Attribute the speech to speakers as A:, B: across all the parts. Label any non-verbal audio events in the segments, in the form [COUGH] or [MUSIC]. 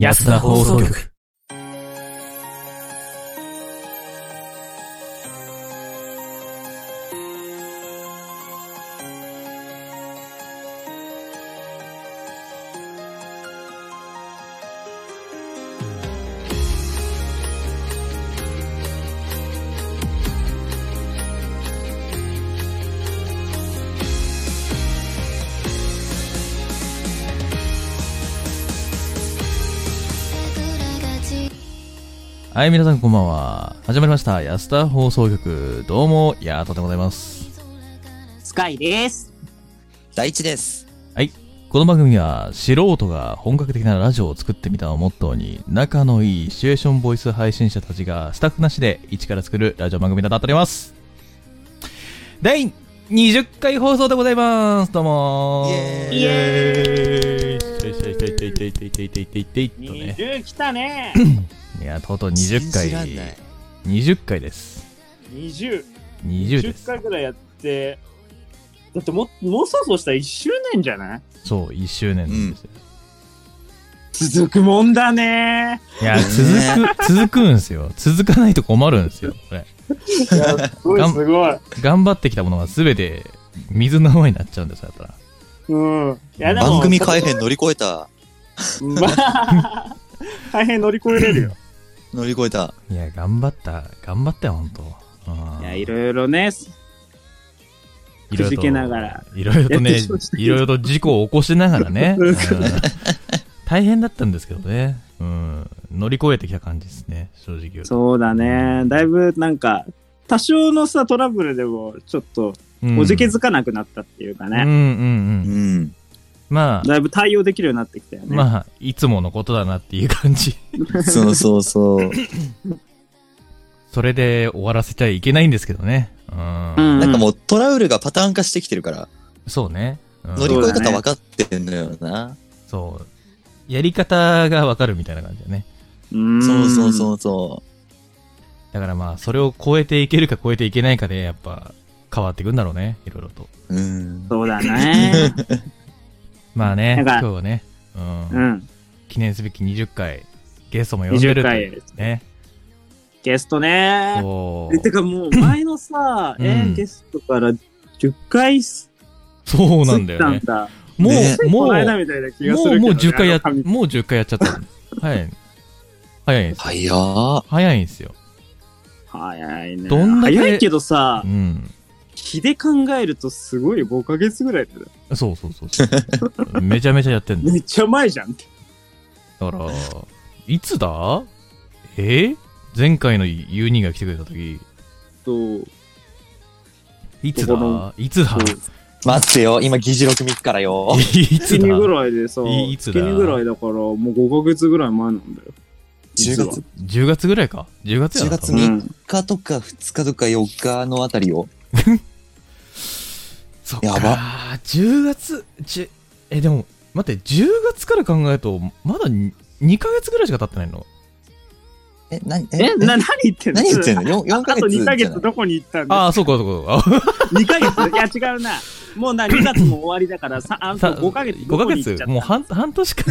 A: 安田放送局。はい、皆さんこんばんは。始まりました。安田放送局。どうも、ヤートでございます。
B: スカイです。
C: 第一です。
A: この番組は、素人が本格的なラジオを作ってみたをモットーに、仲のいいシチュエーションボイス配信者たちが、スタッフなしで一から作るラジオ番組となっております。第20回放送でございます。どうもー。
C: イ
B: エーイ
A: イエーイいていていていていていていていていていとね。
B: 20来たね。
A: いや、とうとう20回
C: 信じらんない。
A: 20回です。
B: 20。
A: 20で
B: 10
A: す。
B: 回ぐらいやって、だってももうそろそろしたら1周年じゃない
A: そう、1周年なんですよ。
B: 続くもんだね。
A: いや、続く、続くんですよ。続かないと困るんですよ、これ。
B: いやすごいすごい。
A: 頑張ってきたものが全て水の上になっちゃうんですよ、やっぱ
B: うん。いやでも
C: 番組改編乗り越えた。
B: まあ、 [LAUGHS] 大変乗り越えれるよ。
C: 乗り越えた。
A: ら。いや、頑張った、頑張ったよ、ほんと。うん
B: いや、いろいろね。
A: いろいろと
B: くじけながら。
A: いろいろとね
B: やってきまし、たけど
A: いろいろと事故を起こしながら
B: [LAUGHS]
A: ね。
B: うん
A: うん大変だったんですけどね。うん。乗り越えてきた感じですね、正直言うと。
B: そうだね。だいぶなんか、多少のさ、トラブルでも、ちょっと、
A: うん
B: おじけづかなくなったっていうか
A: うん
B: ね。
A: うんう
C: う
A: ん。
C: ん。
A: まあ、
B: だいぶ対応できるようになってきたよね。
A: まあ、いつものことだなっていう感じ。
C: そうそうそう。
A: それで終わらせちゃいけないんですけどね。うん。
B: うん
C: なんかもうトラブルがパターン化してきてるから、
A: そうね。うん
C: 乗り越え方分かってんのよな。
A: そう。やり方がわかるみたいな感じだね。
B: うん
C: そうそうそうそ
A: だからまあ、それを超えていけるか超えていけないかで、やっぱ、変わっていくんだろうね。いろいろと。
C: う。うん。
B: そうだね。
A: まあね、
B: なん
A: 今
B: か
A: 日はね、うん、
B: うん。
A: 記念すべき20回、ゲストも呼んでる
B: 20
A: という
B: 回
A: ね。
B: ゲストね。
A: そ
B: えてかもう前のさ、
A: うん
B: えーゲストから10回す
A: う。そう
B: つ
A: なん
B: っ
A: だ
B: た
A: よ
B: ん
A: ね。
B: だ。
A: もう、
C: ね
A: もう、
B: こ
A: も
B: の
A: う、
B: 間みたいな気がするけど、ね。
A: もう10回やっ、
B: あの
A: もう10回やっちゃった。はい。早いんです。
C: 早っ。
A: 早いんですよ。
B: 早いね。
A: どんだけ
B: 早いけどさ
A: う、ん。
B: 気で考えるとすごい5ヶ月ぐらいだよ。
A: そうそうそうそう。 [LAUGHS] めちゃめちゃやってんだよ
B: めっちゃ前じゃんって。
A: だから、いつだえー前回の U2 が来てくれた時、
B: そう。
A: いつ
B: ここ
A: だ
B: の
A: いつだ
C: 待ってよ。今、議事録見つからよ。
A: [LAUGHS] いつ
B: 月にぐ
A: だ
B: らいでさ、
A: いいつだ
B: 月にぐらいだからもう5ヶ月ぐらい前なんだよ。
C: 10
B: 実は
C: 月
A: ?10 月ぐらいか ?10 月やな
C: 10月
A: 多分
C: 3
B: うん
C: 日とか2日とか4日のあたりよ。
A: そっか
C: やば
A: 10月、10え、でも、待って、10月から考えると、まだに2ヶ月ぐらいしか経ってないの
C: え、なに、
B: え、な、何言ってんの
C: 何言ってんの ?4、
B: あ
C: 4ヶ
B: と
C: 月じ
B: 2ヶ
C: ゃない。
B: 月どこに行ったんだ
A: ああ、そうか、そうか。
B: 2ヶ [LAUGHS] 月いや違うな。もうな、2月も終わりだから、さあ
A: あ
B: ん
A: さ
B: 5ヶ月。
A: 5ヶ月もう半半年か。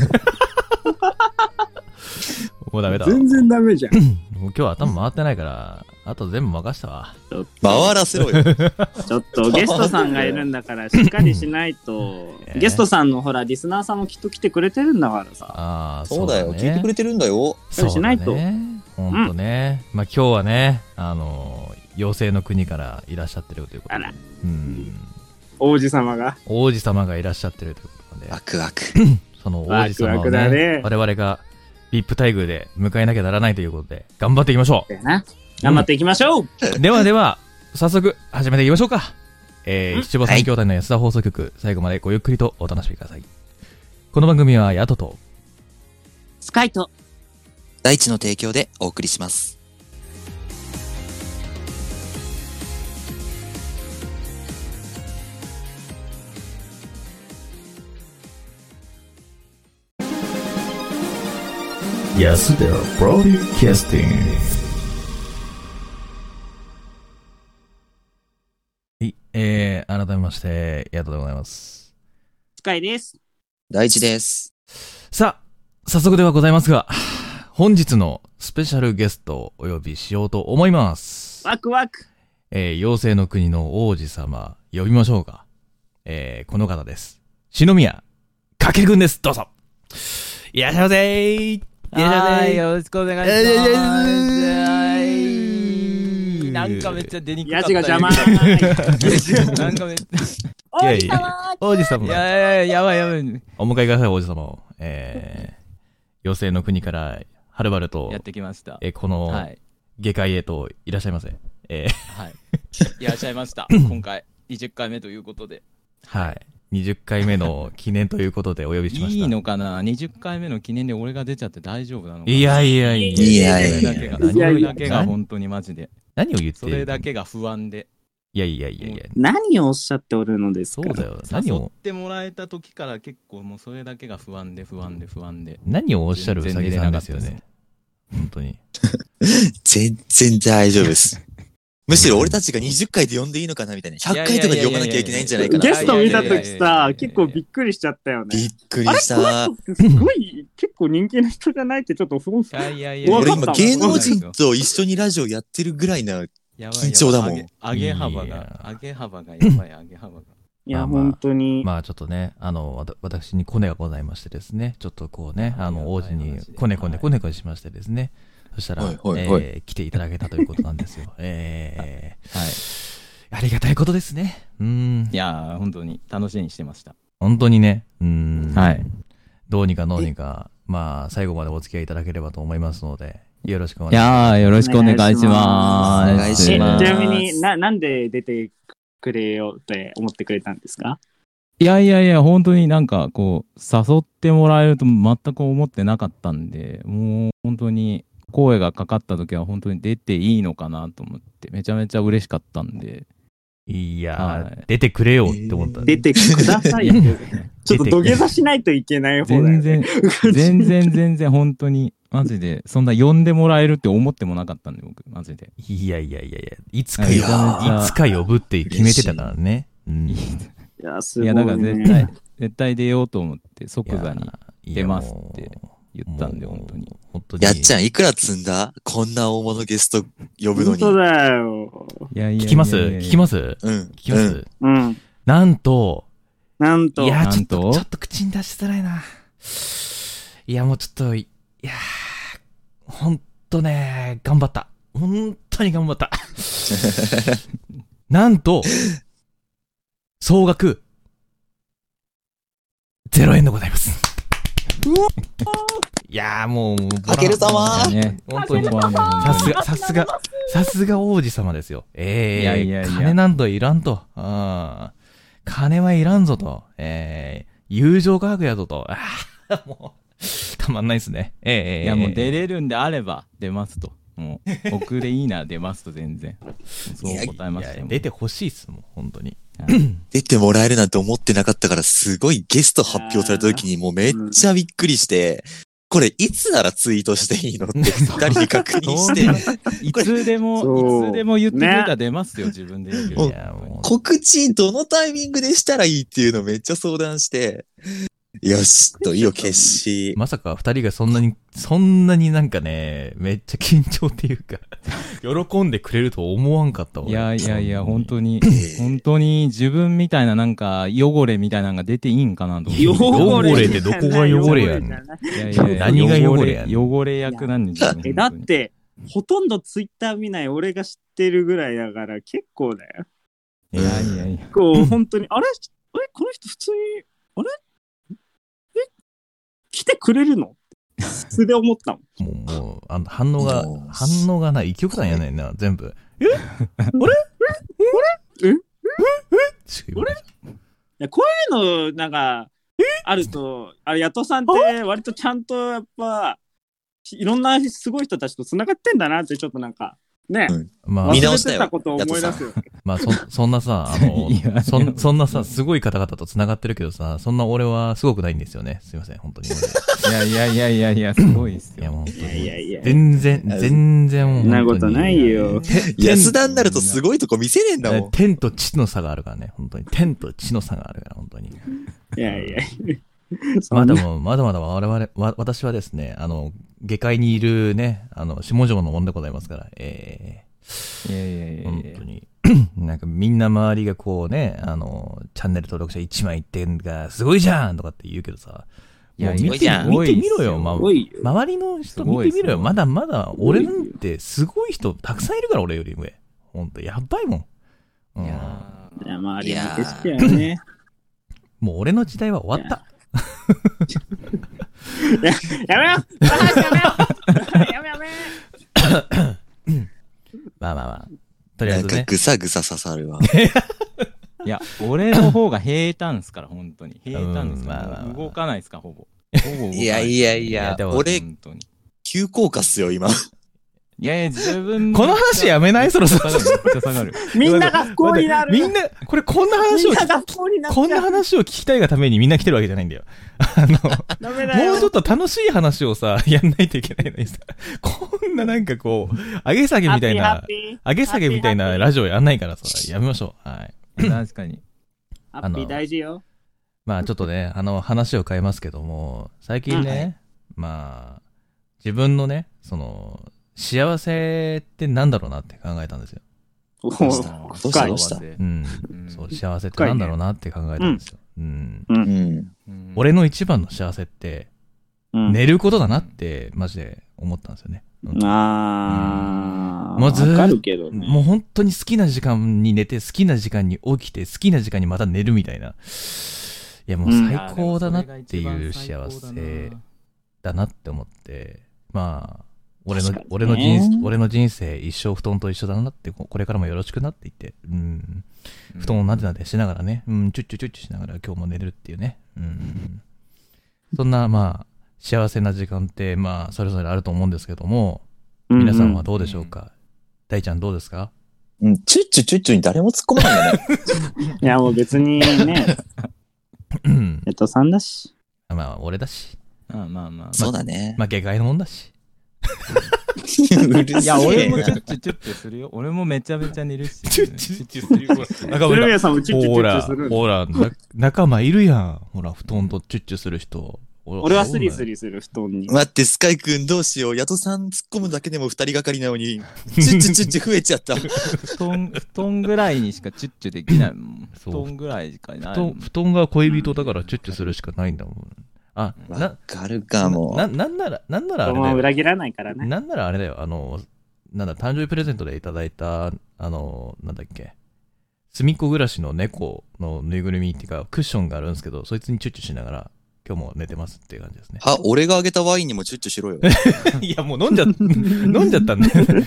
A: もうダメだ。もう
B: 全然ダメじゃん。
A: 今日は頭回ってないから、あと全部任したわ。
C: 回らせろよ。 [LAUGHS]
B: ちょっとゲストさんがいるんだから、しっかりしないと
A: え。ー
B: ゲストさんのほら、リスナーさんもきっと来てくれてるんだからさ。
A: ああ、
C: そうだよ。
A: ね
C: 聞いてくれてるんだよ。
A: そう
B: しないと
A: だね。ほんとね。まあ今日はね、あのー、妖精の国からいらっしゃってるということ
B: あ
A: で。
B: ら、
A: うん。
B: 王子様が。
A: 王子様がいらっしゃってるということなんで
C: ワ、クワク。 [LAUGHS]
A: その王子様
B: ワ
A: を
B: クワク
A: ね、
B: だね
A: 我々が VIP 待遇で迎えなきゃならないということで、頑張っていきましょ
B: だよな。頑張っていきましょう [LAUGHS]
A: う。ではでは、早速始めていきましょうか。えー、七五三兄弟の安田放送局、最後までごゆっくりとお楽しみください。この番組はヤトと、
B: スカイと。
C: 大地の提供でお送りします。
A: 安田プロデューキャスティング。はい、えー、改めまして、ヤトでございます。
B: スカイです。
C: 大地です。
A: さあ、早速ではございますが、本日のスペシャルゲストをお呼びしようと思います。
B: ワクワク。
A: えー妖精の国の王子様、呼びましょうか。えーこの方です。篠宮、かけくんです。どうぞ。いらっしゃいませー。いらっしゃ
D: はい
A: ませー。
D: い、よろしくお願いし
A: いやいや
D: ます
A: いや。
D: なんかめっちゃ出にくか
B: ヤ
D: った
B: ジ
D: よ
B: が邪魔。い
D: [LAUGHS] なんかめっち
B: お
A: いやい
B: い
A: や王子様
D: ゃ。いやいやいや、やばいやばい。
A: お迎えください、王子様を。えー、妖精の国から、はるばると
D: やっ、てきました。
A: えーこの、
D: はい。
A: 下界へといらっしゃいませ。えー
D: はい。いらっしゃいました。今回、20回目ということで。
A: はい。20回目の記念ということでお呼びしました。
D: いいのかな ?20 回目の記念で俺が出ちゃって大丈夫なのかない
A: やいやいや。
C: いやい
D: それ
C: や
D: だけ
B: い
D: が、
B: や
D: そ
B: い
D: れ
B: や
D: だけが本当にマジで。
A: 何を言って
D: それだ。けが不安で。
A: いやいやいやいや。
B: 何をおっしゃっておるのです
A: そ
B: か
A: うだよ。何
D: [LAUGHS] 誘
A: を
D: っ、てもらえた時から結構もうそれだけが不安で不安で不安で。
A: 何をおっしゃるう
D: 全
A: さ
D: 然
A: ぎ
D: 出れ
A: さん
D: なか
A: で
D: っ
A: すよ
D: たです
A: ね。本当に。
C: 全然大丈夫 [LAUGHS] です。むしろ俺たちが20回で呼んでいいのかなみたいな。100回とかで呼ばなきゃいけないんじゃないかな。
B: ゲスト見た
D: いやいやいやいやいやいやいやいやいやいや
B: 時さ、
D: いやいやいやいやい
B: 結構びっくりしちゃったよ
C: び
B: ね
C: っ。くり
B: あれ
C: し
B: こ
C: た。
B: の人すごい結構人気の人じゃないってちょっとそう
D: いやいやいやいや。
B: わ
C: 俺
B: かった
C: 今芸能人と一緒にラジオやってるぐらいな。
D: やばい
C: 緊張だもん
D: やばい上げ上げ幅
A: い
D: が
A: や、
D: 上げ幅がやばい、上げ幅が。
B: いや、
A: まあまあ
B: 本当に。
A: まあちょっとね、あの、わた私にコネがございましてですね、ちょっとこうね、あの、王子にコネコネコネコネしましてですね、そしたら、
C: はいはいはい
A: えー来ていただけたということなんですよ。え
D: はい。
A: ー、ありがたいことですね。うん
D: い。やー、本当に楽しみにしてました。
A: 本当にね、うん。
D: はい。
A: どうにかどうにか、まあ、最後までお付き合いいただければと思いますので、よろしくお願いします。
D: やー、よろ
B: しくお願いします
C: お願いし
B: えち
C: ま
B: なみにな、なんで出てくれよって思ってくれたんですか
D: いやいやいや、本当になんかこう、誘ってもらえると全く思ってなかったんで、もう本当に声がかかった時は本当に出ていいのかなと思って、めちゃめちゃ嬉しかったんで。
A: いや
D: は
A: ー
D: い、
A: 出てくれよって思った。
B: 出てくださいよ。ちょっと土下座しないといけない方だ
D: 全
B: よね。 [LAUGHS]
D: 然、全然全然本当に、マジで、そんな呼んでもらえるって思ってもなかったんで、僕、マジで。
A: いやいやいやいや、いつか
C: いや
A: 呼ぶ、
D: ー
A: いつか呼ぶって決めてたからね。うんい
B: いや、すご
D: い
B: い、
D: や、
B: ね。
D: だから絶対、絶対出ようと思って、即
A: や
D: 座に
A: ー
D: 出ますって言ったんで、本当。
A: いや
D: に。
A: もう本当に。
C: やっち
A: ゃ
C: ゃん、いくら積んだこんな大物ゲスト呼ぶの
B: 本
C: に。
B: 当だよ。
D: いやいやいやいや
A: 聞きます聞きます
C: うん。
A: 聞きま
C: うん
A: す
B: うん。
A: なんと、
B: なん
A: い
B: と、
A: や、
D: な
A: ちょっ
D: ん
A: と、
D: と
A: ちょっと口に出しづらいな。いや、もうちょっと、いやー、ほんとね、頑張った。ほんとに頑張った。なんと、総額、0円でございます。いやーもう、
C: かける
A: さ
C: 様
D: いやね、
A: 本当に
D: そこはもう
A: さ
D: 本当
A: す
D: に
A: が、さすが、さすが王子様ですよ。ええ
D: いやいやいや
A: 金なんといらんと。うん。金はいらんぞと。ええ友情価格やぞと。ああ、 [LAUGHS] もう、たまんないですね。ええ
D: いや、もう出れるんであれば、出ますと。も
A: [LAUGHS]
D: う、僕でいいな、出ますと、全然。そう答えました
A: いや
D: よ。
A: 出てほしいっすもん、本当に。
C: 出てもらえるなんて思ってなかったから、すごいゲスト発表された時にもうめっちゃびっくりして、これいつならツイートしていいのって二人に確認し
D: そ
C: て、
D: いつで
B: そう
D: も、いつでも言ってくれたら出ますよ、自分で言うけど。
A: いや、もう、
C: 告知どのタイミングでしたらいいっていうのめっちゃ相談して、よし、と、意を決し、
A: まさか二人がそんなに、そんなになんかね、めっちゃ緊張っていうか、 [LAUGHS] 喜んでくれると思わんかったわ。
D: いやいやいや、本当に
C: え、
D: 本当に自分みたいななんか汚れみたいなのが出ていいんかなと思って。
A: 汚れって
B: じゃない
A: どこが汚れやねん
B: 汚じゃない
D: いやいやいや
A: 何が汚れやねん
D: 汚れ役なんですよ。
B: え、だって、ほとんどツイッター見ない俺が知ってるぐらいだから、結構だよ。
D: いやいやいや。
B: 結構、本当に、あれえ、この人普通に、あれえ、来てくれるの素で思ったもん。
A: もう、もう、あの、反応が
C: もう、
A: 反応がない。一曲感やねんな、全部。え [LAUGHS] あれえ
B: ええ [LAUGHS]
A: え
B: あれいやこういうの、なんか、あると、あれ、ヤトさんって、割とちゃんと、やっぱ、いろんなすごい人たちと繋がってんだなって、ちょっとなんか、ね、
A: まあ
C: 見、
B: 忘
C: 直した
B: れて
C: よ
B: たことを思い出すよ。
A: まあ、そ、そんな
B: [LAUGHS]
A: さ、あの
D: いや、
A: そ
D: いや
A: ん、そんなさ、すごい方々と繋がってるけどさ、そんな俺はすごくないんですよね。すいません、本当に。
D: いやいやいやいやいや、すごいです
A: いや、
D: よ。
A: もう本当
B: いやいや
A: に。
B: いや。
A: 全然、全然もう
B: そんなことないよ。
C: 安田になるとすごいとこ見せねえんだもん。
A: 天と地の差があるからね、本当に。天と地の差があるから、本当に。
B: いやいや。
A: まだもうまだまだ我々、わ私はですね、あの、下界にいるね、あの、下条のもんでございますから、え
D: いやいやい
A: ー、
D: や
A: 本
D: いや
A: 当に。 [CLEARS THROAT] なんかみんな周りがこうね、あの、チャンネル登録者1万1点がすごいじゃんとかって言うけどさ、
D: いや
A: もう見
C: すごいじ
A: て
C: ゃん
A: 見てみろよ、まあ
B: すごいよ。
A: 周りの人
D: すご
A: 見
D: い
A: てみろ
D: す
A: よ。
D: ごい
A: まだまだ、
B: ごい
A: 俺
B: よ
A: なんてすごい人たくさんいるから、俺より上。ほんと、やばいもん。うん
D: いや
B: いや、周り
C: い
B: の
C: や
B: 景色やね。
A: もう俺の時代は終わった。
B: やめよ高橋やめよやめやめ
A: まあまあまあ。とりあ
C: な
A: え
C: ん
A: ず
C: か
A: ね。
C: ぐさぐさ刺さ
A: [LAUGHS]
C: るわ。
D: ーいや俺の方が平坦ですから本当に平坦ですから、
A: うんまあまあまあ
D: 動かないですからほぼほぼ動かない
C: いやいやい
A: いや
C: や
A: で、も
C: 俺、
D: 本当に
C: 急降下っすよ、今。
D: いやいや自分
A: この話やめないそろそろ
D: めっちゃ下がる
B: みんなが不幸になる。
A: みんな、これこんな
B: み
A: 話
B: ん
A: を、
B: なが不幸になっちゃう
A: こんな話を聞きたいがためにみんな来てるわけじゃないんだよ。あの、
B: ダメだよ。
A: もうちょっと楽しい話をさ、 [LAUGHS] やんないといけないのにさ、こんななんかこう、上げ下げみたい
B: ハ
A: な
B: ッ、ピー
A: 上げ下げみたいなラジオやんないからさ、やめましょう。はい。
D: 確かに
B: ハッピーハッピー大事よ。
A: まあちょっとね、あの話を変えますけども、最近ね、まあ、自分のね、その、幸せってなんだろうなって考えたんですよ。
B: お
C: どう
B: ー
C: したどうした
B: 深
C: ど
B: いう
C: した
A: うん。
D: うん
A: そう、幸せってなんだろうなって考えたんですよ。うん。
C: うん。
D: うん
A: 俺の一番の幸せって、
B: うん
A: 寝ることだなって、マジで思ったんですよね。うん
B: あー。
A: もうずーっと
B: わかるけどね。
A: もう本当に好きな時間に寝て、好きな時間に起きて、好きな時間にまた寝るみたいな。いや、もう
B: うん
A: 最高だなっていう幸
D: それ
A: せ
D: が一番最高だな
A: だなって思って、まあ、俺の
B: 確か、にね
A: 俺の人生、俺の人生一生布団と一緒だなって、ここれからもよろしくなって言って、うん。布団をなでなでしながらね、うん、チュッチュチュッチュしながら今日も寝れるっていうね。うん。そんな、まあ、幸せな時間って、まあ、それぞれあると思うんですけども、皆さんはどうでしょうか、大ちゃんどうですか
C: うん、チュッチュチュッチュに誰も突っ込まないよね。
B: うんうんいや、もう別にね、
A: うん
B: えっとさんだし。
A: まあ、俺だし、
D: ああまあま
C: [LAUGHS]
D: あ
C: そうだね。
A: まあ、下界のもんだし。
C: [LAUGHS] うる
D: い
C: せえ
D: や、
C: な
D: 俺もチュッチュチュッチュするよ。俺もめちゃめちゃ寝るし。
A: チュッチュチュするよ中
B: 鶴
A: 村
B: 宮さんもチュッチュ
A: ほ
B: チュッチ
A: ら
B: ュする、。
A: ほら、な仲間いるやん。ほら、布団とチュッチュする人。
B: 俺はスリス
A: リ。
B: リする、布団に。
C: 待って、スカイ君どうしよう。ヤトさん突っ込むだけでも二人がかりな
A: [LAUGHS]
C: のに、チュッチュチュッチュ増えちゃった。
D: 布団、 [LAUGHS] 布団ぐらいにしかチュッチュできないもん。
A: そ
D: 布
A: う
D: 団ぐらいしかな
A: 布
D: いもん。
A: 団布団が恋人だからチュッチュするしかないんだもん。あ、
C: わ
A: な、
C: かるかも。
A: な、なんなら、なんならあ
B: 子
A: れ
B: 供
A: だ
B: を
A: よ。
B: 裏切らないからね。
A: なんならあれだよ。あの、なんだ、誕生日プレゼントでいただいた、あの、なんだっけ。すみっこ暮らしの猫のぬいぐるみっていうか、クッションがあるんですけど、そいつにチュッチュしながら、今日も寝てますっていう感じですね。
C: は、俺があげたワインにもチュッチュしろよ。
A: いや、もう飲んじゃ、 [LAUGHS] 飲んじゃったんだよね。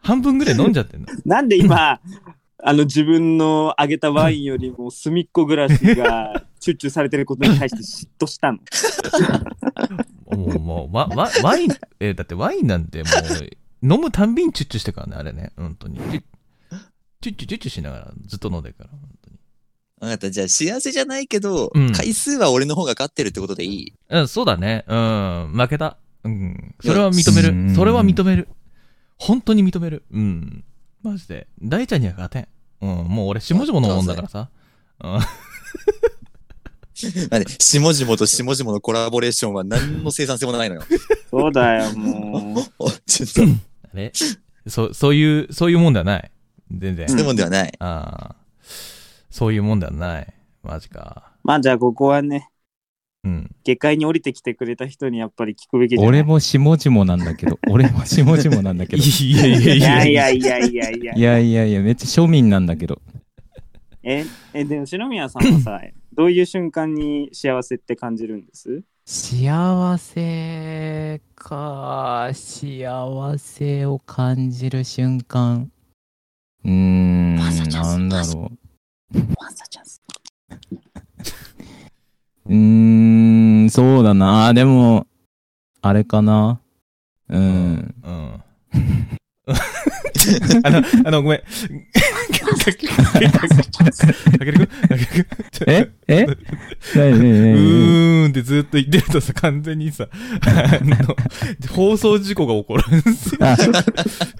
A: 半分ぐらい飲んじゃってんの。
B: なんで今、あの自分のあげたワインよりも隅っこ暮らしがチュッチュされてることに対して嫉妬したの
A: もう、もう、わ、わ、ワイン、えーだってワインなんてもう、飲むたんびにチュッチュしてからね、あれね、本当に。チュッチュチュッチュしながらずっと飲んでるから、本当に。
C: わかった。じゃあ、幸せじゃないけど、
A: うん
C: 回数は俺の方が勝ってるってことでいい。
A: うん、そうだね。うん、負けた。うん。それは認め
C: う
A: る。
C: ん
A: それは認める。本当に認める。うん。マジで。大ちゃんには勝てん。うん、もう俺、下々のもんだからさ。うん。
C: なんで、下々と下々のコラボレーションは何の生産性もないのよ。
B: そうだよ、も
C: おちょっと、そ
A: あれそう、そういう、そういうもんではない。全然。
C: ういうもんではない。
A: ああ。そういうもんではない。マジか。
B: う。まあじゃあここはね、
A: うん。
B: 下界に降りてきてくれた人にやっぱり聞くべきじゃな
D: 俺
B: い
D: も下々なんだけど、俺も下々なんだ [LAUGHS] けど。
A: いやいや
B: い
A: い
B: や
A: や
B: い
A: いや。
B: やいやいやいや
D: い。やいやいや、めっちゃ庶民なんだけど。
B: え、え、でも篠宮さんはさ、どういう瞬間に幸せって感じるんです
D: 幸せか、幸せを感じる瞬間。うーん、なんだろう。
B: ワンサチャンス。
D: [LAUGHS] うーん、そうだな。あーでも、あれかな。うん。
A: うん。あの、あの、ごめん。かけるくん、かけるくん。
D: ええ何何
A: うー
D: 何
A: んってずっと言ってるとさ、完全にさ、あの、放送事故
D: [LAUGHS]
A: が起こるんですよ。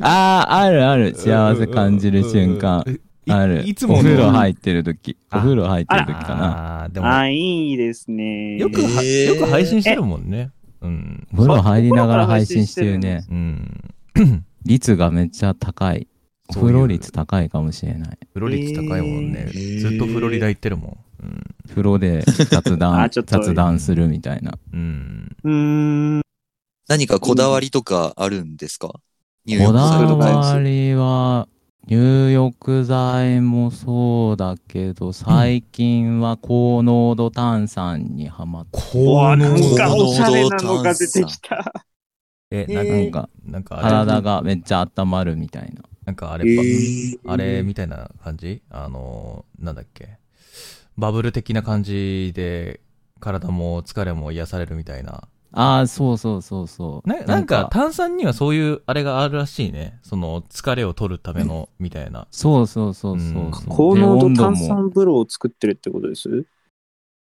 D: ああー、あるある。幸せ感じる瞬間。。
A: い
D: ある。
A: いつもの
D: お風呂入ってる時。お
A: あ
D: 風呂入ってる時かな。
A: あーでも、
B: あー、いいですね。
A: よくは、
C: えー
A: よく配信してるもんね。うん。
D: お風呂入りながら配信してるね。
A: うん。
D: 率がめっちゃ高い。お風呂率高いかもしれない。
A: フロ率高いもんね。
C: えー
A: ずっとフロリダ行ってるもん。うん。
D: 風呂で
A: [LAUGHS]
D: 雑談、
B: あちょっと
D: 雑談するみたいな。
A: うん。
B: うーん。
C: 何かこだわりとかあるんですかニューヨー
D: こ
C: ク
D: だ
C: サイドとか。
D: わりは、入浴剤もそうだけど、最近は高濃度炭酸にはまって、
B: う
A: こ
B: わ、な
C: 能
B: んかおしゃれなのが出てきた。
A: え、
B: え
A: なんか、
D: なんか
A: なんかあれ、
D: 体がめっちゃ温まるみたいな。
A: なんかあ
B: え
A: れば、
C: ー
A: あれみたいな感じあの、なんだっけ。バブル的な感じで、体も疲れも癒されるみたいな。
D: ああ、そうそうそうそう。
A: ななんか、炭酸にはそういうあれがあるらしいね。その、疲れを取るための、みたいな。
D: そうそうそうそう
A: うん
D: そう。
B: 高濃度
D: で
B: 炭
D: 温度も
B: 酸風呂を作ってるってことです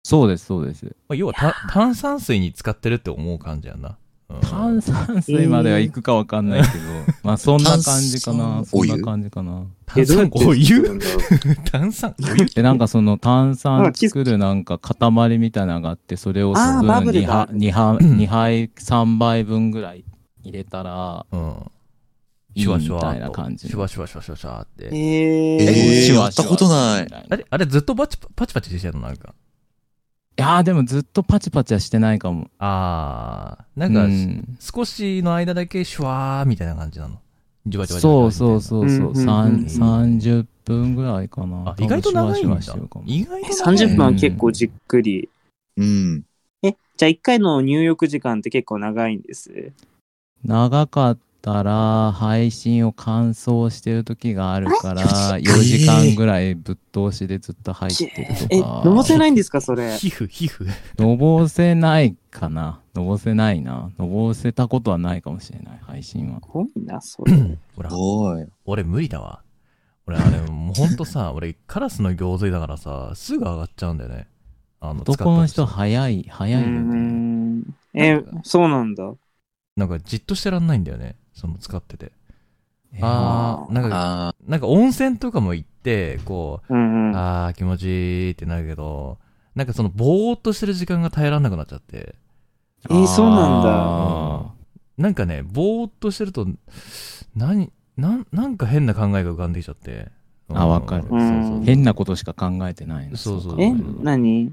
D: そうです、そうです。
A: まあ、要はた炭酸水に使ってるって思う感じやな。うん
D: 炭酸水までは行くかわかんないけど、まあそんな感じかな。
C: 炭酸お
D: そん
C: 湯
D: な感じかな。
A: 炭酸お湯 [LAUGHS] 炭酸お湯
D: で、なんかその炭酸作るなんか塊みたいなのがあって、それをス
B: あー
D: プ
B: バ
D: ーン
B: ブル
D: 2
B: だ
D: 杯、2杯、2杯、3杯分ぐらい入れたら、
A: うん。
D: いい
A: シュワシュ
D: み
A: ワ
D: た
A: ー
D: いな
A: っと
D: 感じの。
A: シュワシュワシュワシュワシュワーって。
B: え
C: え
B: え。
C: ー
D: シュワシュワ
C: やったことない
D: みたい
A: あ
D: い
A: れ、あれずっとパチパパチパチしてるのなんか。
D: やーでもずっとパチパチはしてないかも。
A: あー、なか、
D: なんん、
A: 少しの間だけシュワーみたいな感じなの。ジュワジュワジュ
D: そ
A: ワ
D: う
A: ジュ
D: そ
A: ワ
D: う
A: みたいな
B: うん
D: そうそう、
B: うんうん
D: さん
A: うん
D: 30分ぐらいかな。
A: あ、意外と長いんだ
D: シュワシュワしてるかも。
A: 意外と長い
B: 30分は結構じっくり。
C: うん。
B: え、じゃあ1回の入浴時間って結構長いんです。
D: 長かったら配信を完走してる時があるから4時間ぐらいぶっ通しでずっと入って
B: え、
D: るとか
B: のぼせないんですか、それ。
A: 皮膚、皮膚。
D: のぼせないかなのぼせないなのぼせたことはないかもしれない配信は
B: すごいな、それ。
A: ほら
C: す、ごい。
A: 俺無理だわ。俺、あれ、もうほんとさ、
D: [LAUGHS]
A: 俺、カラスの行水だからさ、すぐ上がっちゃうんだよね。あの、使った
D: 男の
A: として
D: 人早いう
B: ー
D: 早いよね
B: ん。え、そうなんだ。
A: なんかじっとしてらんないんだよね。その使ってて。
D: えー
A: あー、なんか、
C: ああ。
A: なんか温泉とかも行って、こ
B: うん
A: う、
B: うん。
A: あー気持ちいいってなるけど、なんかそのぼーっとしてる時間が耐えらんなくなっちゃって。
B: えーそうなんだ
D: あ
A: なんかね、ぼーっとしてると、何、なん、なんか変な考えが浮かんできちゃって。
D: あわかる
A: そうそううん
D: ー。変なことしか考えてないな
A: そうそう
D: 考
B: え
D: ると、
B: 何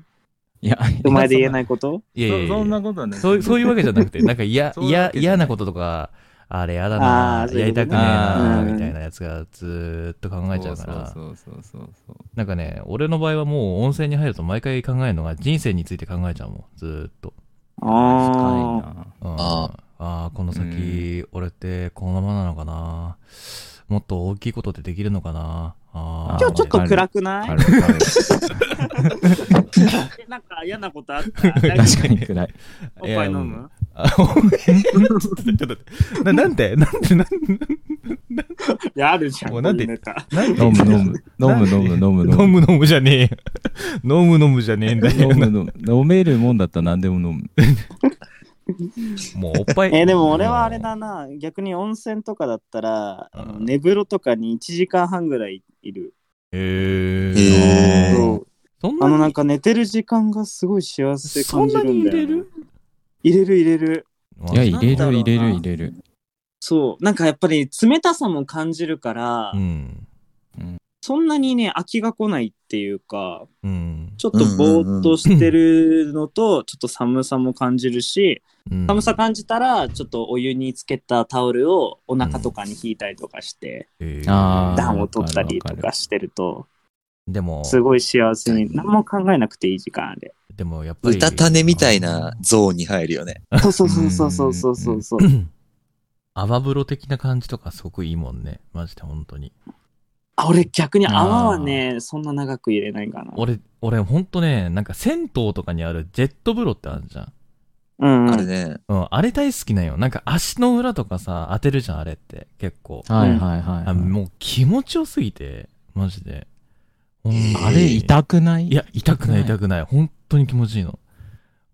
D: いや
B: お前で言え
D: い
B: ないこと
A: いやいやいや
D: ことはな
A: そうそういうわけじゃなくて、なんか嫌、
D: [LAUGHS] そういうわ
A: 嫌、
D: けじゃ
A: 嫌
D: ない
A: なこととか、あれやだ
B: あ
A: な
B: ー、そう
A: や
B: いう
A: り
B: こと
A: たくね
B: ね
A: えな
B: う、ん
A: みたいなやつがずーっと考えちゃうから
D: そ、うそうそうそうそう
A: なんかね、俺の場合はもう温泉に入ると毎回考えるのが人生について考えちゃうもん、ずーっと。
B: あ
D: 深い
B: あ。
D: な
A: うん
C: あ
A: あー、この先、俺ってこのままなのかなもっと大きいことってできるのかなあー
B: 今日ちょっと暗くない
D: 軽い軽い
B: えなんか嫌なことあった確
D: 確かに暗い。
B: おっぱい飲む
A: あおえちょっと待ってちょっと待って [LAUGHS] ななんで [LAUGHS] なんでなんで
B: いや、あるじゃん。
A: もうなんで
B: こういうネタ
A: なんで
D: 飲む飲む。飲む飲む飲む飲む。
A: 飲む飲むじゃねえよ。飲む飲むじゃねえんだ
D: 飲
A: よ
D: む。飲む。飲めるもんだったら何でも飲む。
A: もうおっぱい。
B: えでも俺はあれだな、逆に温泉とかだったら、あの寝風呂とかに1時間半ぐらいいる。
A: へえ
C: へ
B: そ
C: ー
B: う
A: そん
B: あの
A: な
B: なん
A: に、
B: か寝てる時間がすごい幸せ
A: そ
B: 感
A: ん
B: じ
A: な
B: る
A: に
B: ん
A: 入
B: だ
A: れ
B: よな、
A: る
B: 入れる入れる。
D: いや、
B: い
D: 入れ
B: なんだろう
D: る
B: な
D: 入れる入れる。
B: そう。なんかやっぱり冷たさも感じるから、
A: うん。
B: そんなにね、飽きが来ないっていうか、
A: うん。
B: ちょっとぼーっとしてるのと、ちょっと寒さも感じるし、
A: うん
B: 寒さ感じたら、ちょっとお湯につけたタオルをお腹とかに引いたりとかして、
A: へえ
D: あー
B: 暖を取ったりとかしてると、
A: でも、
B: すごい幸せに、何も考えなくていい時間で。
A: でもやっぱり。
C: うたた寝みたいなゾーンに入るよね。
B: そうそうそうそうそうそうそうそう。
A: 泡風呂的な感じとかすごくいいもんね。マジで本当に。
B: あ、俺逆に泡はね、そんな長く入れないかな。
A: 俺、俺本当ね、なんか銭湯とかにあるジェット風呂ってあるじゃん。
B: うん、う
C: あれ
B: ん。
C: ね。
A: うん、あれ大好きなんよ。なんか足の裏とかさ、当てるじゃん、あれって。結構。
D: はいはいはい
A: あ
D: は
A: もう気持ちよすぎて、マジで。ほん
C: え
D: い。
C: ー
D: あれ、痛くない
A: いや、痛くない痛くない。本当に気持ちいいの。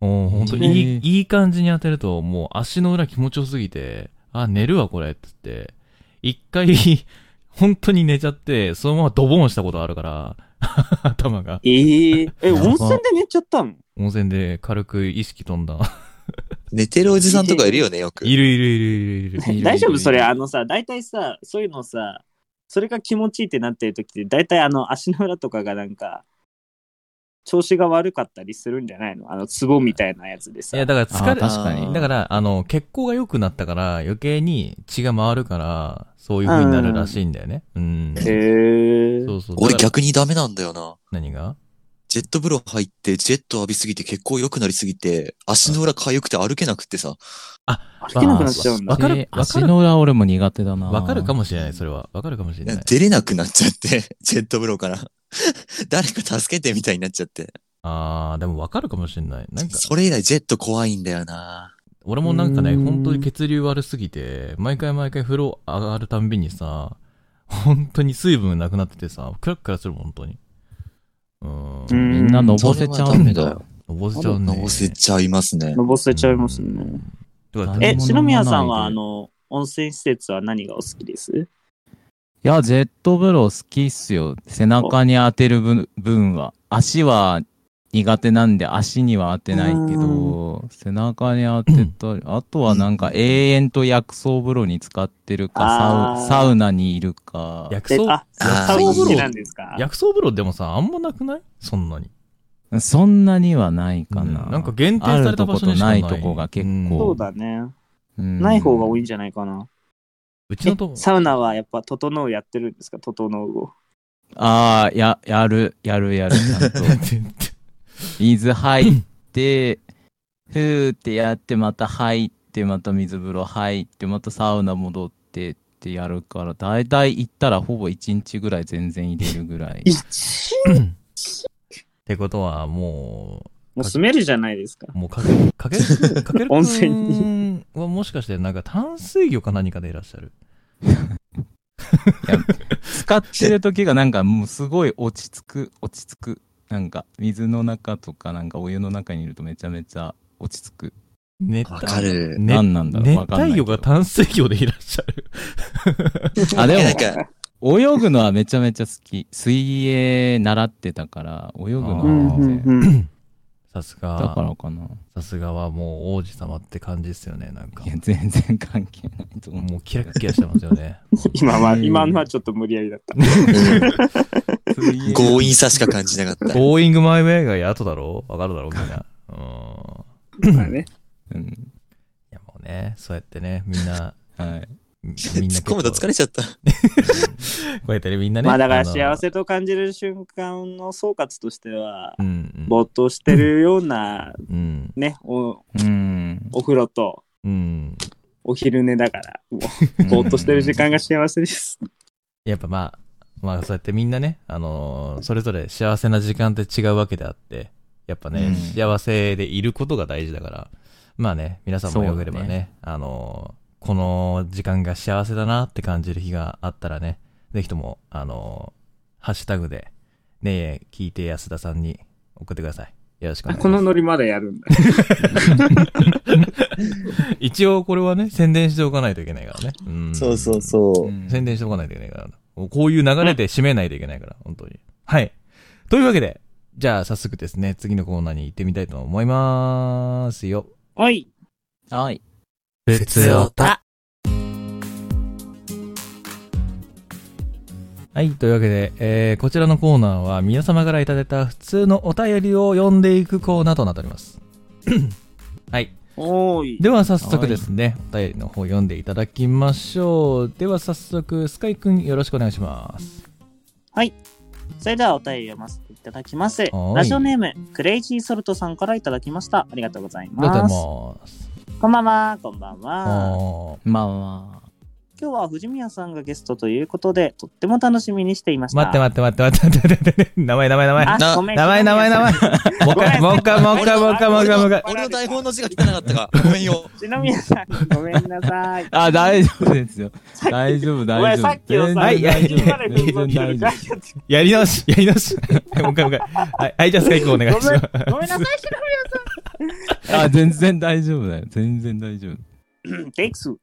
A: おー本当にいい,、
D: へー
A: いい感じに当てると、もう足の裏気持ちよすぎて、あ、寝るわ、これ、っつって。一回、 [LAUGHS] 本当に寝ちゃって、そのままドボンしたことあるから、 [LAUGHS] 頭が。
B: えー、え、
A: やば
B: 温泉で寝ちゃったの
A: 温泉で軽く意識飛んだ。
C: 寝てるおじさんとかいるよね、よく。
A: いるいるいるいるいるいる。
B: 大丈夫それ、
A: あ
B: あのさ、大体さ、そういうのさ、それが気持ちいいってなってる時って、大体あの足の裏とかがなんか、調子が悪かったりするんじゃないのあの、ツボみたいなやつで
A: い
B: さ。
A: や、だから疲れ、
D: あー確かに
A: だから、あの、血行が良くなったから、余計に血が回るから、そういう風になるらしいんだよね。うん。
B: へー。
A: そうそう。
C: 俺
A: だから
C: 逆にダメなんだよな。
A: 何が
C: ジェット風呂入って、ジェット浴びすぎて血行良くなりすぎて、足の裏痒くて歩けなくってさ。
B: 歩けなくなっちゃうんだ
A: わ。かる
D: えー
A: わかる
D: 足の裏俺も苦手だな。
A: わかるか
D: も。
A: もしれない、それは。わかるかもしれない。
C: 出れなくなっちゃって、 [LAUGHS] ジェット風呂から。誰か助けてみたいになっちゃって。
A: あー、でもわかるかもしれない。なんか、
C: それ以来ジェット怖いんだよな。
A: 俺もなんかね、
D: うーん
A: 本当に血流悪すぎて、毎回毎回風呂上がるたんびにさ、本当に水分なくなっててさ、クラックラするもん、本当に。うーん。
D: みんなのぼせちゃうんだよ。
A: のぼせちゃうね。
C: のぼせちゃいますね。
B: のぼせちゃいますね。
A: うん。どうだった
D: 何
B: え、
D: も
B: 篠宮さん
D: 飲ま
B: は、
D: ない
B: あ
D: で
B: の、温泉施設は何がお好きです
D: いや、ジェット風呂好きっすよ。背中に当てる分分は。足は苦手なんで足には当てないけど、背中に当て
B: [CLEARS THROAT]
D: たり、あとはなんか永遠と薬草風呂に使ってるか
B: あ、ー
D: サウサウナにいるか。
A: 薬
B: で
A: 草
B: あ、、サウナ好きなんですか
A: 薬草風呂でもさ、あんまなくないそんなに。
D: そんなにはないかな。
A: うんなんか限定された場所にしか
D: あるとことないとこが結構
B: そ
A: うん
B: うだね。
D: うん
B: ない方が多いんじゃないかな。
A: うち
B: え
A: のとこ、
B: サウナはやっぱ、整うやってるんですか整うを。
D: ああ、や、やる、やる、やる、ちゃんと。
A: [LAUGHS]
D: 水入って、ふーってやって、また入って、また水風呂入って、またサウナ戻ってってやるから、だいたい行ったらほぼ1日ぐらい全然入れるぐらい。
B: 一
A: ってことは、も
B: もう住めるじゃないですか。
A: う、もうかける、かける、かける。
B: 温泉
A: に。はもしかして、なんか淡水魚か何かでいらっしゃる。
D: 使ってる時がなんかもうすごい落ち着く、落ち着く。なんか水の中とかなんかお湯の中にいるとめちゃめちゃ落ち着 [LAUGHS] く。
A: 熱
C: わかる。
A: ね
D: 何なんだろう
A: 熱
D: わかんな
A: 帯
D: いけ
A: 魚
D: ど
A: が淡水魚でいらっしゃる。
D: あ、で
C: いやな
D: も
C: んか、
D: 泳ぐのはめちゃめちゃ好き。水泳習ってたから、泳ぐのは
B: うんう
D: 全
B: ん
D: 然。
B: うん。
A: さす
D: だか
A: が、
D: らかな。
A: さすがはもう王子様って感じですよね、なんか
D: い。や、全然関係ないと思う。
A: もうキラッキラしてますよ
B: [LAUGHS]
A: ね。
B: [LAUGHS] 今は、
D: うん
B: 今のはちょっと無理やりだった。
C: うん強引さしか感じな
A: [LAUGHS]
C: かった。
A: ゴーイングマイウェイが後だろわかるだろみん
C: [LAUGHS]
A: な。うん。
B: ね
D: うん。
A: いやもうね、そうやってね、みん
C: [LAUGHS]
A: な、
D: はい。
A: みんな
C: 突っ
A: 結構
C: 込むと疲れちゃった。
A: こうやってね、みんなね。
B: まあだから
A: の
B: 幸。せと感じる瞬間の総括としては、
A: うん、うん。
B: ぼーっとしてるような
A: うん。
B: ね、お
D: うん。
B: お風呂と
A: うん。
B: お昼寝だから、もうぼーっとしてる時間が幸せです。
A: やっぱまあ、まあそうやってみんなね、あのーそれぞれ幸せな時間って違うわけであって、やっぱね、
D: うん
A: 幸せでいることが大事だから、まあね、皆さんもよければね、
D: そうだ
A: あのーこの時間が幸せだなって感じる日があったらね、ぜひとも、あのーハッシュタグで、ねえ、聞いて安田さんに送ってください。よろ
B: [LAUGHS]
A: しくお願いします。
B: ノリまだやるんだ。
A: 一応これはね、宣伝しておかないといけないからね。うん
C: そうそうそうう。
D: ん
A: 宣伝しておかないといけないから。こういう流れで締めないといけないから、本当に。はい。というわけで、じゃあ早速ですね、次のコーナーに行ってみたいと思いまーすよ。
B: はい。
D: はい。
A: 別
C: オタ。
A: はい。というわけで、えー、こちらのコーナーは皆様からいただいた普通のお便りを読んでいくコーナーとなっております。 [COUGHS] はい。
B: おーい。
A: では早速ですね、お便りの方読んでいただきましょう。では早速、スカイくんよろしくお願いします。
B: それではお便り読ませていただきます。
A: はい
B: ラジオネーム、クレイジーソルトさんからいただきました。ありがとうござい
A: ありがとう
B: ま
A: ご
B: す。
A: ざいます。
B: こんばんは、こんばんは。
A: あ
D: まあまあ。。
B: 今日は藤宮さんがゲストということで、とっても楽しみにしていまし
A: ー
B: た。
A: 待って待って待って待って待って待って待 [LAUGHS] って。名前名前名前。
B: あ
C: な
B: ごめん
A: 名前名前名前。もう一回、もう一回、もう一回、もう一回、もう一回、もう一回。
C: 俺の台本の字が汚かったから、ごめんよ。
B: 篠宮さん、ごめんなさい
D: あ、大丈夫ですよ。
B: さっき
D: 大丈夫、
B: お前
D: 大丈
B: さ
D: 夫
B: っ。きのさ、
A: はい
B: 大丈夫まで
D: 全然
B: 文章
D: 大丈夫。
A: やり直
B: [LAUGHS]
A: し、やり直し。 [LAUGHS] はいもう一回、もう一回。はいはい、じゃあスカイ君お願いします。
B: ごめんなさい、
D: あ、全然大丈夫だよ。全然大丈夫。
B: テイクス。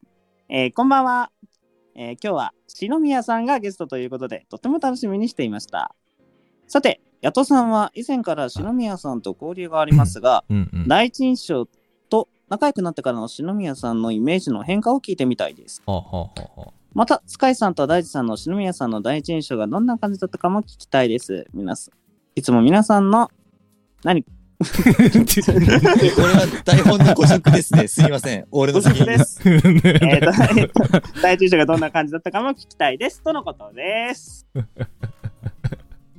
B: えーこんばんは。えー今日は篠宮さんがゲストということで、とても楽しみにしていました。さて、ヤトさんは以前から篠宮さんと交流がありますが、
A: うんうん。
B: 第一印象と仲良くなってからの篠宮さんのイメージの変化を聞いてみたいです。
A: はあはあはあはあ
B: また、スカイさんと大地さんの篠宮さんの第一印象がどんな感じだったかも聞きたいです。皆さん。いつも皆さんの、何
C: でこれは台本の誤植ですね。すいません。俺
B: ご
C: の
B: 存
C: 責
B: 知
C: 任
B: で。す。 [LAUGHS]
A: [LAUGHS]
B: えーとえーと、第一印象がどんな感じだったかも聞きたいです。とのこ
A: [LAUGHS]
B: とです。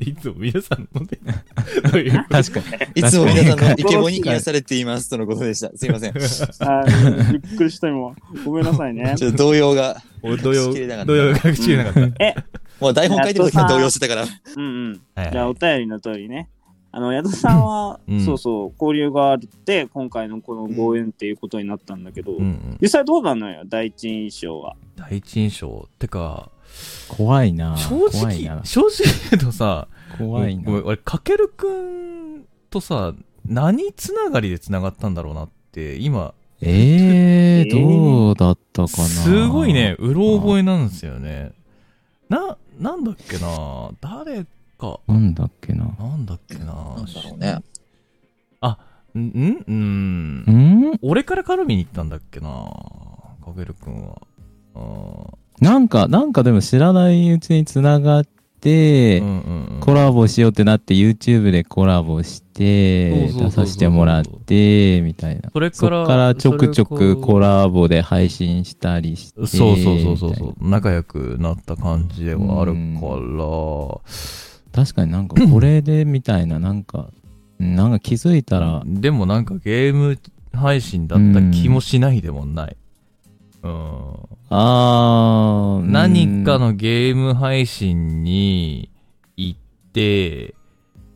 A: いつも皆さんので、どういう
D: 確かに。
C: いつも皆さんのイケボに癒されていますとのことでした。すいま
A: [LAUGHS]
C: せん。ち
B: あーびっくりした今。ごめんなさ
A: [LAUGHS]
B: いね。
C: ょっと動揺が。
A: 俺動揺
C: 隠しきれなかっ、た
A: 動揺が隠しきれなかっ
C: もう台本書いてる時から動揺してたから。
B: うんうん。
A: た。はい
B: じゃあ、お便りの通りね。あの、矢田さんは、
A: うん
B: そうそう、交流があるって、今回のこのご縁っていうことになったんだけど、
A: うんうん
B: 実際どうなのよ、第一印象は。
A: 第一印象。てか、
B: [LAUGHS]
D: 怖いな
A: 正
D: 怖いな
A: 直、正直言うとさ、
D: 怖い
A: ごめん
D: な
A: 俺、かけるくんとさ、何つながりでつながったんだろうなって、今、
D: えー、どうだったかな
A: すごいね、うろ覚えなんですよね。な、なんだっけな誰か、
D: なんだっけな
A: なんだっけな
C: なんだろうね。
A: んんうん
D: ん
A: 俺からカルビに行ったんだっけなかげるくんは。あ
D: なんかなんかでも知らないうちにつながって、
A: ーうんうんうん。
D: コラボしようってなって YouTube でコラボし
A: そうそ
D: て
A: うそう
D: 出
A: そう
D: させてもらってみたいな
A: それか
D: そっ
A: ら、
D: からちょくちょくコ
A: ラ
D: ラボで配信したりして
A: そうそうそうそうそ
D: み
A: う。仲良くなった感じではあるか
D: う
A: ら。
D: たいな確かになんかこれでみたいななんかなんか気づいたら
A: でもなんかゲーム配信だった気もしないでもない。うん。
D: あー
A: 何かのゲーム配信に行って、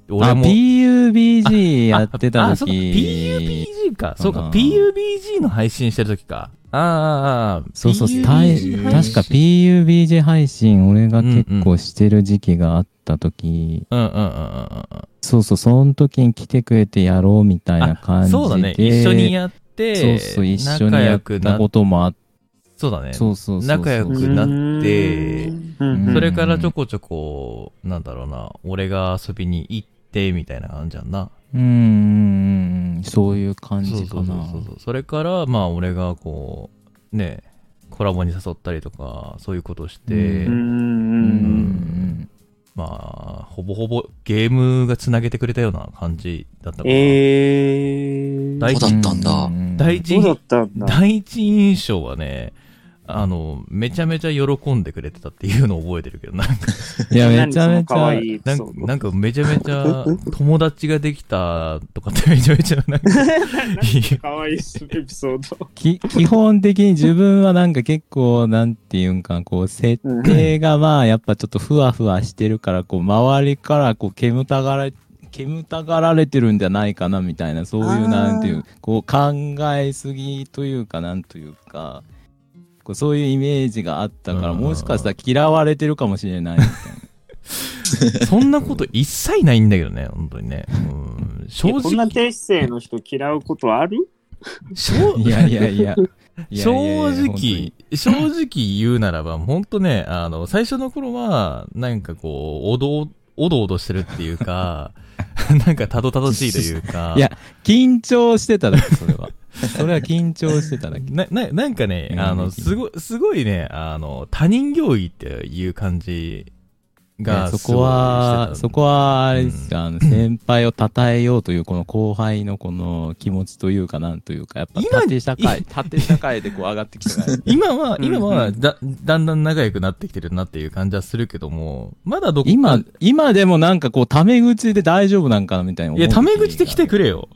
A: 俺も
D: あ、。PUBG やって
A: あ
D: た
A: あそうか
D: 時
A: PUBG か。そうか
D: あ、ー
A: PUBG の配信してる時か。ああああ、ああ。
D: そうそう、
A: PUBG
D: たい
A: 配信
D: 確か PUBG 配信、俺が結構してる時期があった時、
A: うんうんうんうん
D: そうそう、その時に来てくれてやろうみたいな
A: う
D: 感
A: ん。
D: じで。
A: そうだね。一緒にやって、
D: そうそう、一緒に
A: 仲
D: や
A: 良
D: っ
A: く
D: た
A: な
D: こともあっ
A: そうだね。
D: そうそうそうそう。
A: 仲良くなって
B: うんうん
A: それからちょこちょこ、なんだろうな、俺が遊びに行って、みたいな感じやんな。
D: うんうんうん、そういう感
A: そう
D: じ
A: そ
D: か
A: うそ
D: な。
A: うそう。それから、まあ俺がこう、ね、コラボに誘ったりとか、そういうことして、
D: ううんうんうん
A: まあ、ほぼほぼゲームがつなげてくれたような感じだったかな。
B: えー、
A: 第
C: そ
A: 一
C: うだったんだ
D: うう
A: 第一
B: そうだったんだ。
A: 第一印象はね、あの、めちゃめちゃ喜んでくれてたっていうのを覚えてるけど、なんか、
D: いや、めちゃ
B: 何そ
D: め
B: の
D: ち
B: 可
D: ゃ
B: 愛。いエピ
A: な
B: ソ
A: んか
B: ード
A: なんかめちゃめちゃ友達ができたとかってめ [LAUGHS] ちゃめちゃなん
D: [LAUGHS]
A: か、
B: なんか可愛いエピソード。
D: き [LAUGHS] 基本的に自分はなんか結構、なんていうんか、こう、設定がまあ、やっぱちょっとふわふわしてるから、こう、周りからこう、煙たがられ、煙たがられてるんじゃないかな、みたいな、そうい
B: あー
D: う、なんていう、こう、考えすぎというか、なんというか、こうそういうイメージがあったから、
A: うん
D: もしかしたら嫌われてるかもしれない。
A: そんなこと一切ないんだけどね、本当にね。うん、正
B: こんな
A: 直、
B: 低姿勢の人嫌うことある
A: 正
D: いやいやいや。いやいやいや
A: 正
D: 本当に
A: 直、正直言うならば、本当ね、あの、最初の頃は、なんかこう、おど、おどおどしてるっていう
D: [LAUGHS]
A: か、なんかたどたどしいというか、
D: いや緊張してただけ、それは。それは緊張してただけ。
A: な、な、なんかね、
D: うん
A: あの、すごい、すごいね、あの、他人行儀っていう感じが、
D: ねそこは、
A: すごいし
D: そ
A: てた
D: こは、あれですか、あの先輩を称えようという、この後輩のこの気持ちというか、なんというか、やっぱ
A: 今
D: 縦社会、縦社会でこう上がってきてない。
A: 今は、
B: うん
A: 今はだ、だんだん仲良くなってきてるなっていう感じはするけども、まだどこ
D: 今、今でもなんかこう、タメ口で大丈夫なんかなみたいな。
A: いや、タメ口で来てくれ
D: [LAUGHS]
A: よ。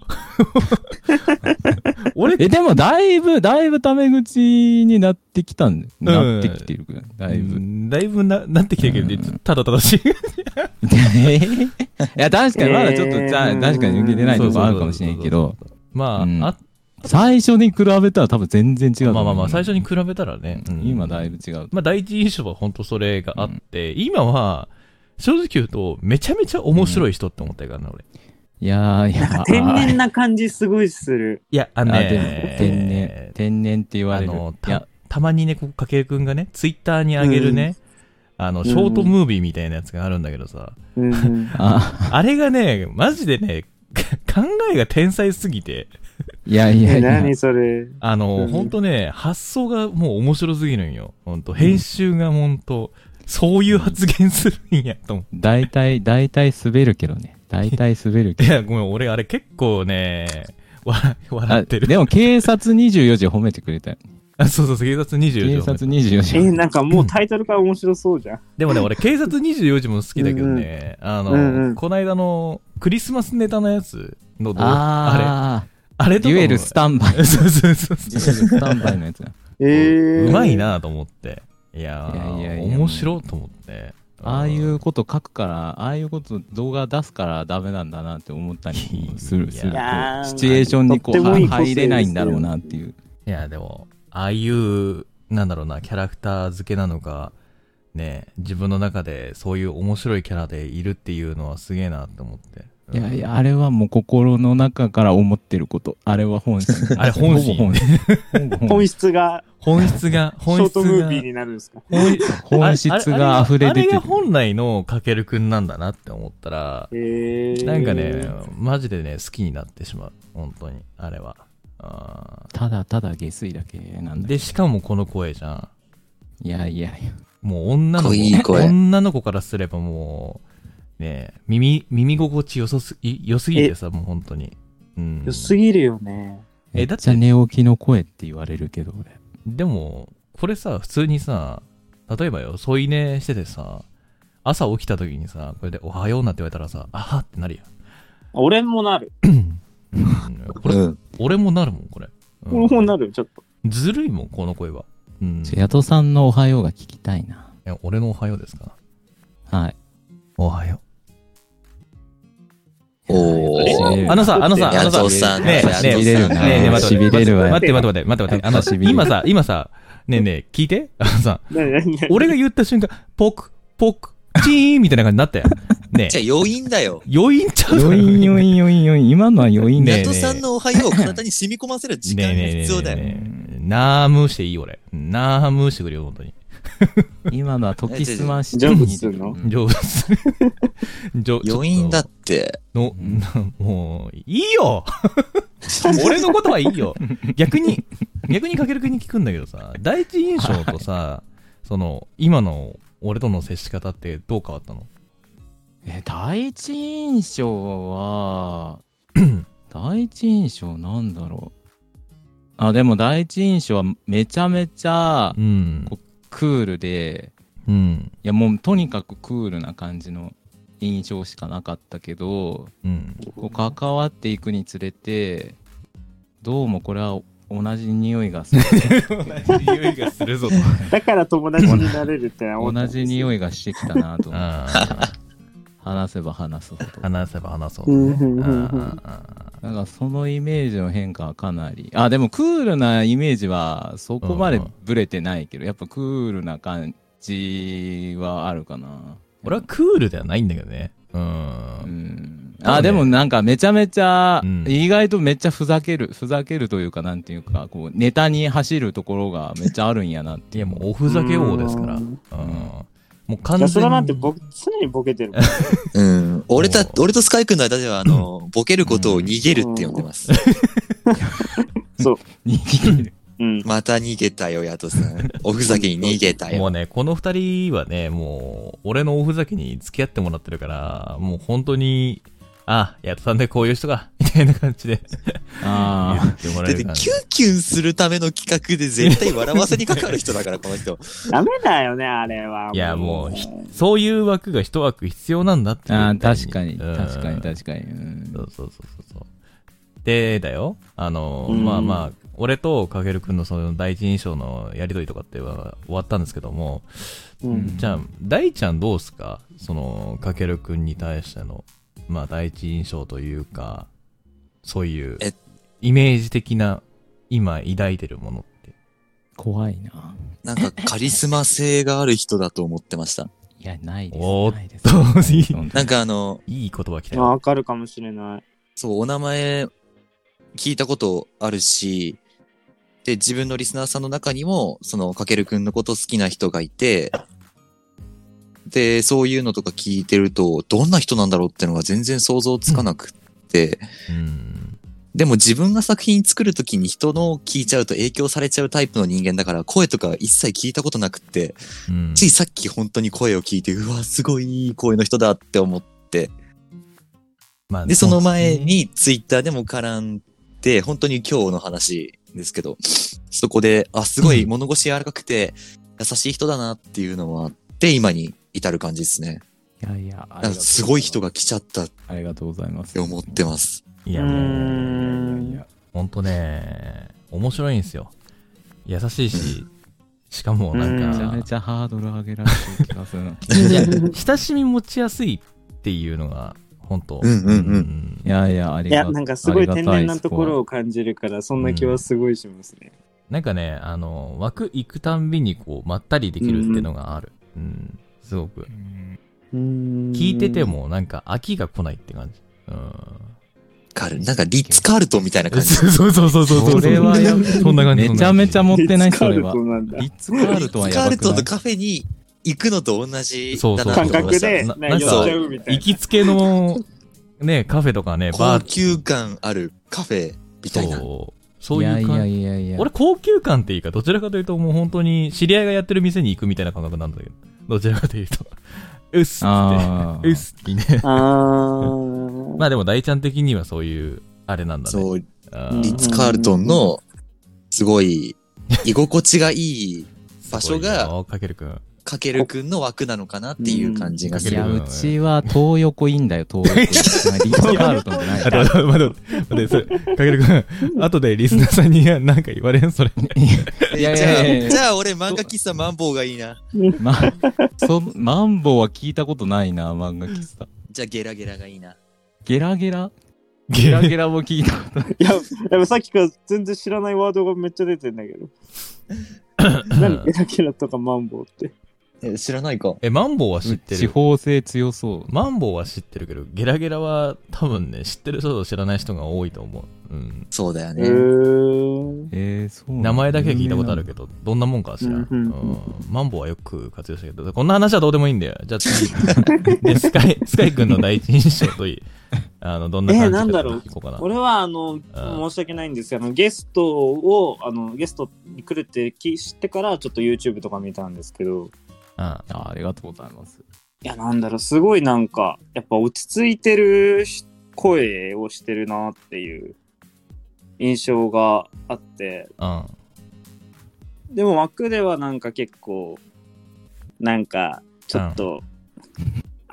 A: 俺、
D: え、でもだいぶ、だいぶタメ口になってきたんで、なってきてるくらい。だいぶ。
A: うんだいぶな、なってきてるけど、
D: うん
A: ただただ
D: [LAUGHS]
A: しい。
D: え [LAUGHS] ーいや、確かにまだちょっと、
B: えー
D: じゃあ確かに抜けてないとこあるかもしれんけど、
A: まあ、
D: うん
A: あ、
D: 最初に比べたら多分全然違うと
A: ま
D: 思
A: あ
D: う。
A: まあまあ、最初に比べたらね。うん
D: 今だいぶ違う。
A: まあ、第一印象は本当それがあって、今は、正直言うと、めちゃめちゃ面白い人って思ったからな、俺。
D: いやー、いや
A: [LAUGHS]
D: ー、
B: 天然な感じすごいする。
A: いや、あの
D: あでも
A: ね、
D: 天然、天然って言わ
A: あ
D: れる。
A: の、
D: いや
A: た、たまにね、ここ、かけるくんがね、ツイッターに上げるね、あの、ショートムービーみたいなやつがあるんだけどさ、
B: うん
D: あ、
A: あれがね、マジでね、 [LAUGHS] 考えが天才すぎて、
D: いやいや
B: え
D: いや。
B: 何それ。
A: あの、
B: うん
A: ほんとね、発想がもう面白すぎるんよ。ほんと、編集がほんと、そういう発言するんやと思
D: 大体、大体滑るけどね。大体滑る
A: う。
D: け
A: い
D: ど。
A: や、ごめん、俺、あれ結構ね、笑 [LAUGHS] 笑
D: あ
A: ってる。
D: でも、警察24時褒めてくれたよ。
A: あ、そうそうそう、警察24
D: 警
A: 時。
D: 察24
B: え、
D: 時。
B: なんかもうタイトルから面白そうじゃん。
A: でもね、俺、警察24時も好きだけどね、あの、
B: うんうん
A: こないだの、クリスマスネタのやつの動画あ
D: あ
A: れ、あれ
D: あ、
A: とか
D: デュ
A: も
D: エルスタンバイ。デ
A: そうそうそう
D: ュエル
A: そう。
D: スタンバイの
A: [LAUGHS]
D: やつだ。
B: えー、
A: うまい。なと思って。いやー、
D: いやいやいや
A: 面白いと思って。
D: ああいうこと書くから、ああいうこと動画出すからダメなんだなって思ったりもする、
A: いや
D: する
B: い
D: と
B: やー
D: シチュエーションにことう
B: ってもいい個性
D: 入れないんだろうなっていう。
A: いや、でも、ああいう、なんだろうな、キャラクター付けなのか、ね、自分の中でそういう面白いキャラでいるっていうのはすげえなと思って。うん
D: いやいや、あれはもう心の中から思ってること。あれは本心。
A: [LAUGHS] あれ本心
D: ほぼ本心。ほ
A: [LAUGHS]
D: ぼ本
B: 本質が
A: 本質
D: [LAUGHS]
A: が、
B: シ
A: 本
B: ョー
A: 質
B: トムー
A: が
B: ビー、になるんですか。
A: 本
D: 本質が溢れ出
A: あれ
D: て
A: が
D: る。
A: 本来のかけるくんなんだなって思ったら、
B: えー、
A: なんかね、マジでね、好きになってしまう。本当に、あれは。あ
D: ただただ下水だけなん
A: ー
D: だ
A: で、しかもこの声じゃん。
D: いやいやいや。
A: もう女の
C: かっこ
A: 子、
C: いい声
A: 女の子からすればもう、ねえ耳、耳心地良そす、い良すぎてさ、もう本当に。うん。
B: 良すぎるよね。
A: え
D: え、
A: だ
D: だ
A: っ
D: ってて寝起きの声って言われるけど、俺。
A: でも、これさ、普通にさ、例えばよ、添い寝しててさ、朝起きた時にさ、これでおはようなって言われたらさ、あはってなるよ。
B: 俺もなる。
A: うんこれ
C: うん。
A: 俺もなるもん、これ。うん
B: 俺もなる、ちょっと。
A: ずるいもん、この声は。うん。
D: ちょ、ヤトさんのおはようが聞きたいな。
A: え俺のおはようですか
D: はい。
A: おはよ
C: お
A: う。
D: え
C: ー。
A: あのさ、あのさ、あ
C: ヤ
A: のさ
C: ト、さん、
A: ねえ
C: ヤ
A: ねえ
C: トさん。
A: ねえねえ待
D: し
A: っ
D: び
A: て
D: れるわよ
A: 待って待って待って待って、あ
D: し
A: の、
D: びれる
A: 今さ、今さ、ねえねえ、聞いて、あのさ、
B: なになになに
A: 俺が言った瞬間、ポク、ポク、チーンみたいな感じになったよ。ね
C: じゃ
A: え、
C: あ余韻だよ。
A: 余韻ちゃう
D: 余韻余韻余韻余韻。今のは余韻だ
A: ねえ
D: よ。
C: ヤトさんのおはようを体に染み込ませる時
A: ね
C: 間
A: え
C: が
A: ねえねえねえ
C: 必要だよ。
A: なーむーしていい俺。なーむーしてくれよ、本当に。
D: 今のは時すまし
B: ジャンプするの
D: うん
A: 上手。上
C: 余韻だ
A: ち
C: っ
A: ょ
C: て。
A: っとの、もう、いい
B: [LAUGHS]
A: よ俺のことはいいよ。逆に、逆にかけるくんに聞くんだけどさ、第一印象とさ、その、今の俺との接し方ってどう変わったの
D: え、第一印
B: [CLEARS THROAT]
D: 象は、第一印象なんだろう。あ、でも第一印象はめちゃめちゃ
A: うん。
D: クールで、
A: うん。
D: いやもうとにかくクールな感じの印象しかなかったけど、
A: うん。
D: こう関わっていくにつれて、どうもこれは同じ匂いが
B: [LAUGHS]
D: する。
A: 同じ [LAUGHS] 匂いがするぞと。
B: だから友達になれるって思った
D: 同じ
B: い。
D: 匂いがしてきたなと
B: [LAUGHS]
D: 思って話せば話すほど。
A: 話せば話そうう。
B: ん
A: う
B: うんうんん
A: う
B: うん
A: んうん
D: なんかそのイメージの変化はかなりあでもクールなイメージはそこまでブレてないけど、やっぱクールな感じはあるかな
A: 俺はクールではないんだけどね。う。
D: うんん
A: そうね
D: あでもなんかめちゃめちゃ、
A: うん
D: 意外とめっちゃふざけるふざけるというかなんていうかこうネタに走るところがめっちゃあるんやなって
A: い
D: いう
A: や、もうおふざけ王ですから。う
B: うんん。
A: もう完全
B: いや、
A: に。
B: それはなんて僕、常にボケてるもん。
C: うん。俺た、俺とスカイ君の間では、あの、ボケることを逃げるって呼んでます。
D: 逃
A: [LAUGHS]
D: げる
B: うん。
C: また逃げたよ、ヤトさん。おふざけに逃げた
A: も
C: よ。
A: うね、この二人はね、もう、俺のおふざけに付き合ってもらってるから、もう本当に、あ、やったんでこういう人が、みたいな感じで言
D: あ
A: ってもら
C: だ
A: え
C: っ
A: る
C: てキュ
A: 感
C: ン
A: じ。
C: キュンするための企画で絶対笑わせにかかる人だから、この人。
B: ダメだよね、あれは。
A: いや、もうひ、そういう枠が一枠必要なんだって
D: ー
A: いう。
D: あー確かに
A: うん
D: 確かに確かに、うん
A: そうそうそうそうそう。で、だよ。あの、
B: うん
A: まあまあ、俺とかけるくんのその第一印象のやりとりとかっては終わったんですけども、
B: うん。
A: じゃあ、大ちゃんどうすかその、かけるくんに対しての、まあ第一印象というか、そういう
C: え、
A: イメージ的な、今抱いてるものって。
D: 怖いな
C: なんかカリスマ性がある人だと思ってました。
D: いやないです
A: おーっと
D: ないですないです
C: なんかあの、
A: いい言葉来た
B: まあ
A: よ。
B: わかるかもしれない。
C: そう、お名前聞いたことあるし、で、自分のリスナーさんの中にも、その、かけるくんのこと好きな人がいて、で、そういうのとか聞いてると、どんな人なんだろうってのが全然想像つかなくって、
A: うん。
C: でも自分が作品作るときに人の聞いちゃうと影響されちゃうタイプの人間だから、声とか一切聞いたことなくって、
A: うん
C: ついさっき本当に声を聞いて、うわ、すごいいい声の人だって思って
A: まあね
C: で、その前にツイッターでも絡んで、本当に今日の話ですけど、そこで、あ、すごい物腰柔らかくて、優しい人だなっていうのはあって、今に至る感じですね。
D: いやいや、ありがとうござます
C: ごい人。が来ちゃったっ
D: ありがとうございます。
C: て思ってます。
A: いや
B: う
A: も
B: ん
A: う、
D: いやいやいや
A: ほんとね、面白いんですよ。優しいし、しかもなん
D: めちゃ
A: か
D: め、ちゃハードル上げられてる気がするな。
A: 親しみ持ちやすいっていうのが、本当。
C: うんうんうん
D: いやいや、あり
B: い
D: が
B: や、
D: とう
B: なんかすごい天然なところを感じるから、そんな気はすごいしますね。
A: なんかね、あの、枠行くたんびに、こう、まったりできるっていうのがある。うん。すごく。聞
B: 聞
A: いてて。も、なんか、飽きが来ないって感じ。うん。
C: カル、なんかリッツ・カールトンみたいな感
A: [LAUGHS]
C: じ。
A: そうそうそうそうそう。
D: それはやばい
A: そんな感じ。
D: めちゃめちゃ持ってない、それは [LAUGHS]
B: リッツカールト。ンなんだ
D: リッツカールトンは
C: リッツカ
D: や
C: ー
D: ば
C: ルトン
D: くな
C: と
D: い
C: カフェに行くのと同じ
A: そう
C: だ
A: そう
C: な
A: そう
B: 感
C: と思い
B: 覚
C: ました。
B: で、
A: な
B: なんか寄っちゃうみたい
A: 行
B: な。
A: きつけの、ね、カフェとかね、バ
C: 高
A: ー
C: 級感あるカフェみたいな。
A: そう。そういう感じ。
D: やいやいやいや。
A: 俺、高級感っていうか、どちらかというと、もう本当に、知り合いがやってる店に行くみたいな感覚なんだけど、どちらかというと、うっすっつっ
D: あ
A: て、うっすってね。
B: あ [LAUGHS]
A: まあでも、大ちゃん的にはそういう、あれなんだね。
C: そう、
A: あ
B: うん
A: ー
C: リッツ・カールトンの、すごい、居心地がいい場所
A: すごい
C: が、
A: よかけるくん。
C: かけるくんの枠なのかなっていう感じがす
D: い
A: い
D: や、
A: や
C: る。
D: う
A: う
D: ち
A: ち
D: は東横いいんだよ、東横。リ [LAUGHS] ッツカールトンじゃない
A: あ、待って待って待って、それ、かけるくん、後でリスナーさんに何か言われんそれ。
C: え
D: いやい
C: じ
D: やいやい
C: ゃ
D: や
C: あ、じゃあ俺漫画喫茶マンボウがいいな。
D: ま、そのマンボウは聞いたことないな、漫画喫茶。
C: じゃあゲラゲラがいいな。
D: ゲラゲラ
A: ゲ
D: ゲラ
A: ー
D: ゲラも聞いたことない。
B: いや、でもさっきから全然知らないワードがめっちゃ出てんだけど。何ゲラゲラとかマンボウって。
C: え知らないか。
A: え、マンボウは知って
D: 地
A: る。
D: 方性強そう。
A: マンボウは知ってるけど、ゲラゲラは多分ね、知ってる人と知らない人が多いと思う。うん。
C: そうだよ
B: へ
C: ね。
B: ー。
D: えー、そう
A: 名前だけは聞いたことあるけど、どんなもんかは知らん。
B: う
A: うん
B: うん
A: んマンボウはよく活用したけど、こんな話はどうでもいいんだよ。じゃあ次。で、スカイ、スカイ君の第一印象といい、あの、どんな感じ
B: えな
A: か
B: んだろう
A: 聞こうかな。
B: 俺はあの申し訳ないんですけどあのゲストをあのゲストに来るって聞知ってからちょっと YouTube とか見たんですけど
A: うん
D: あありがとうございます。
B: いやなんだろうすごいなんかやっぱ落ち着いてるし声をしてるなっていう印象があって
A: うん。
B: でも枠ではなんか結構なんかちょっと。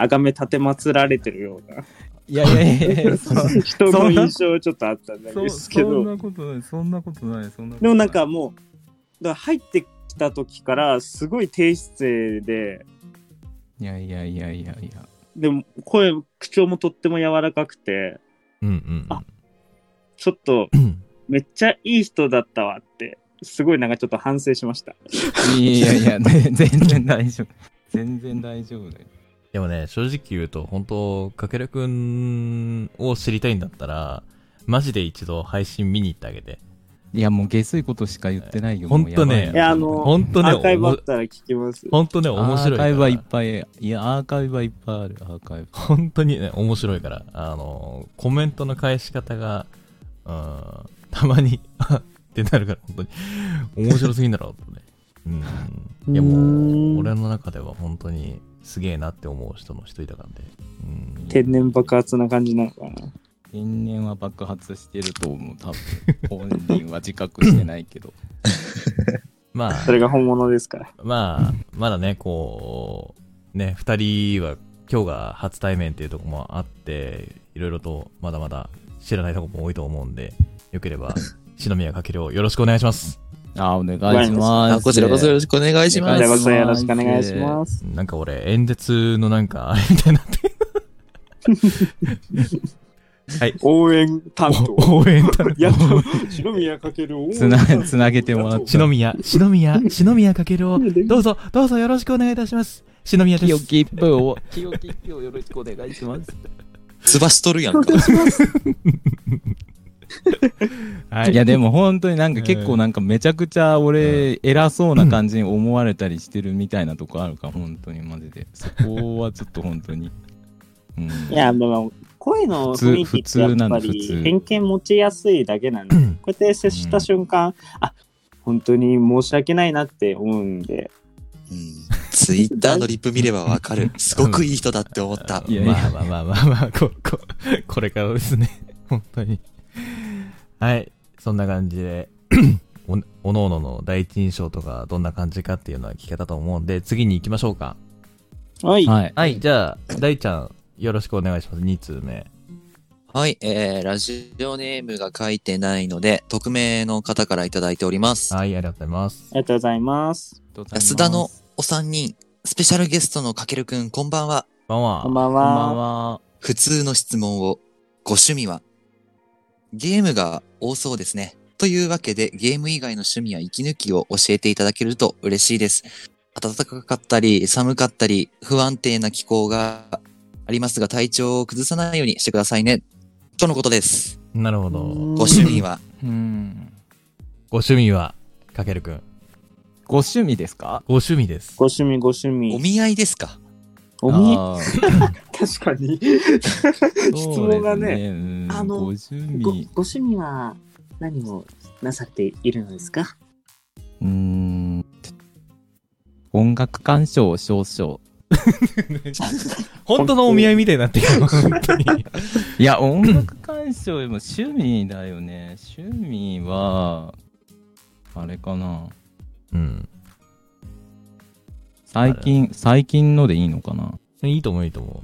B: あがめ立てまつられてるような
D: いやいやい [LAUGHS] やいや、そ
A: [LAUGHS]
B: 人の印象ちょっとあったんですけど
D: んなことない、そんなことない、そんなこと
B: でもなん、かもう、だから入ってきた時からすごい低姿勢で、
D: いやいやいやいやいや。
B: でも声、口調もとっても柔らかくて、
A: うんうん
B: あちょっと
A: うん。
B: めっちゃいい人だったわって、すごいなんかちょっと反省しました。
D: いやいやいや、全然大丈夫。全然大丈夫だよ。
A: でもね、正直言うと、本当かけるくんを知りたいんだったら、マジで一度配信見に行ってあげて。
D: いや、もう下水ことしか言ってないよ。
A: ほんとね
D: もうば
B: いやあの
A: 本当ね、
B: アーカイブあ
A: おも
B: ったら聞きます。
A: 本当ね、面白い
D: アー
A: か
D: カイブはいっ
A: ら。
D: ぱい、いや、アーカイブはいっぱいある、アーカイブ。
A: 本当にね、面白いから。あの、コメントの返し方が、うん、たまに、 [LAUGHS] あってなるから、本当に。面白すぎんだろ、とね。うん。いや、もう、俺の中では本当にすげえなって思う人の一人だからね。うん。
B: 天然爆発な感じなのかな。
D: 天然は爆発してると思う、多分。本人は自覚してないけど。
A: まあ
B: そ、れが本物ですから。
A: まあ、まだね、こう、ね、二人は今日が初対面っていうところもあって、いろいろとまだまだ知らないところも多いと思うんで、よければ、篠宮かけるをよろしくお願いします。
D: あ、お願いします。
C: あこちらこそよろしくお願いし
D: お
C: ま
B: こ
D: 願
B: ち
D: い
B: らこ
D: します
C: す。
B: そよろしくお願いします。
A: なんか俺、演説のなんか、あれみたいになって。
D: [LAUGHS]
A: はい。
B: 応援担当。
A: 応援だ。
B: やっと、白宮かける応援
D: つな、つなげてもらっちゃ
A: 篠宮、篠宮、篠宮かけるを、どうぞ、どうぞよろしくお願いいたします。篠宮
D: う。
A: で
D: 清
A: す。
D: き一票を、清き一票をよろしくお願いします。
C: つばしとるやんか。
A: はい
D: いやでも本当になんか結構なんかめちゃくちゃ俺偉そうな感じに思われたりしてるみたいなとこあるから本当にマジでそこはちょっと本当に、うん、
B: いや、まあまあ、声の雰囲気ってや
D: 普通普通な
B: っ
D: の
B: ぱ
D: 普通
B: り偏見持ちやすいだけなんで、こうやって接した瞬間、あ本当に申し訳ないなって思うんで、
C: うんツイッターのリップ見ればわか
D: [LAUGHS]
C: る。すごくいい人だって思った。
D: いやいや
A: まあまあまあまあまあ、こ、こ、これからですね。 [LAUGHS] 本当に。はい。そんな感じで、 [CLEARS THROAT] お、おのおのの第一印象とか、どんな感じかっていうのは聞けたと思うんで、次に行きましょうか。
B: はい、
D: はい
A: はい。じゃあ、大ちゃん、よろしくお願いします。2通目。
C: はい、えー、ラジオネームが書いてないので、匿名の方からいただいております。
A: はい、ありがとうございます
B: あ。りがとうございます。
C: 安田のお三人、スペシャルゲストのかけるくん、こんばんは。
A: こんばんは
B: こんばん
D: こん
B: は。
D: ばんは
C: 普通の質問を。ご趣味はゲームが多そうですね。というわけで、ゲーム以外の趣味や息抜きを教えていただけると嬉しいです。暖かかったり、寒かったり、不安定な気候がありますが、体調を崩さないようにしてくださいね。とのことです。
A: なるほど。
B: うん
C: ご趣味は、
D: うん
A: ご趣味は、かけるくん。
D: ご趣味ですか
A: ご趣味です。
B: ご趣味、ご趣
C: お
B: 味。
C: 見合いですか
B: おみ、
D: あー
B: 確かに。 [LAUGHS] 質
D: そうです
B: 問がね、
D: うん
B: あの
D: ご趣
B: ご
D: 味
B: ご趣味は何をなさっているのですか
D: うーん音楽鑑賞少々
A: 本当のお見合いみたいになってる。本当に。
D: いや、音楽鑑賞よりも趣味だよね。趣味は、あれかな。
A: うん。
D: 最近、最近のでいいのかな。
A: いいと思う、いいと思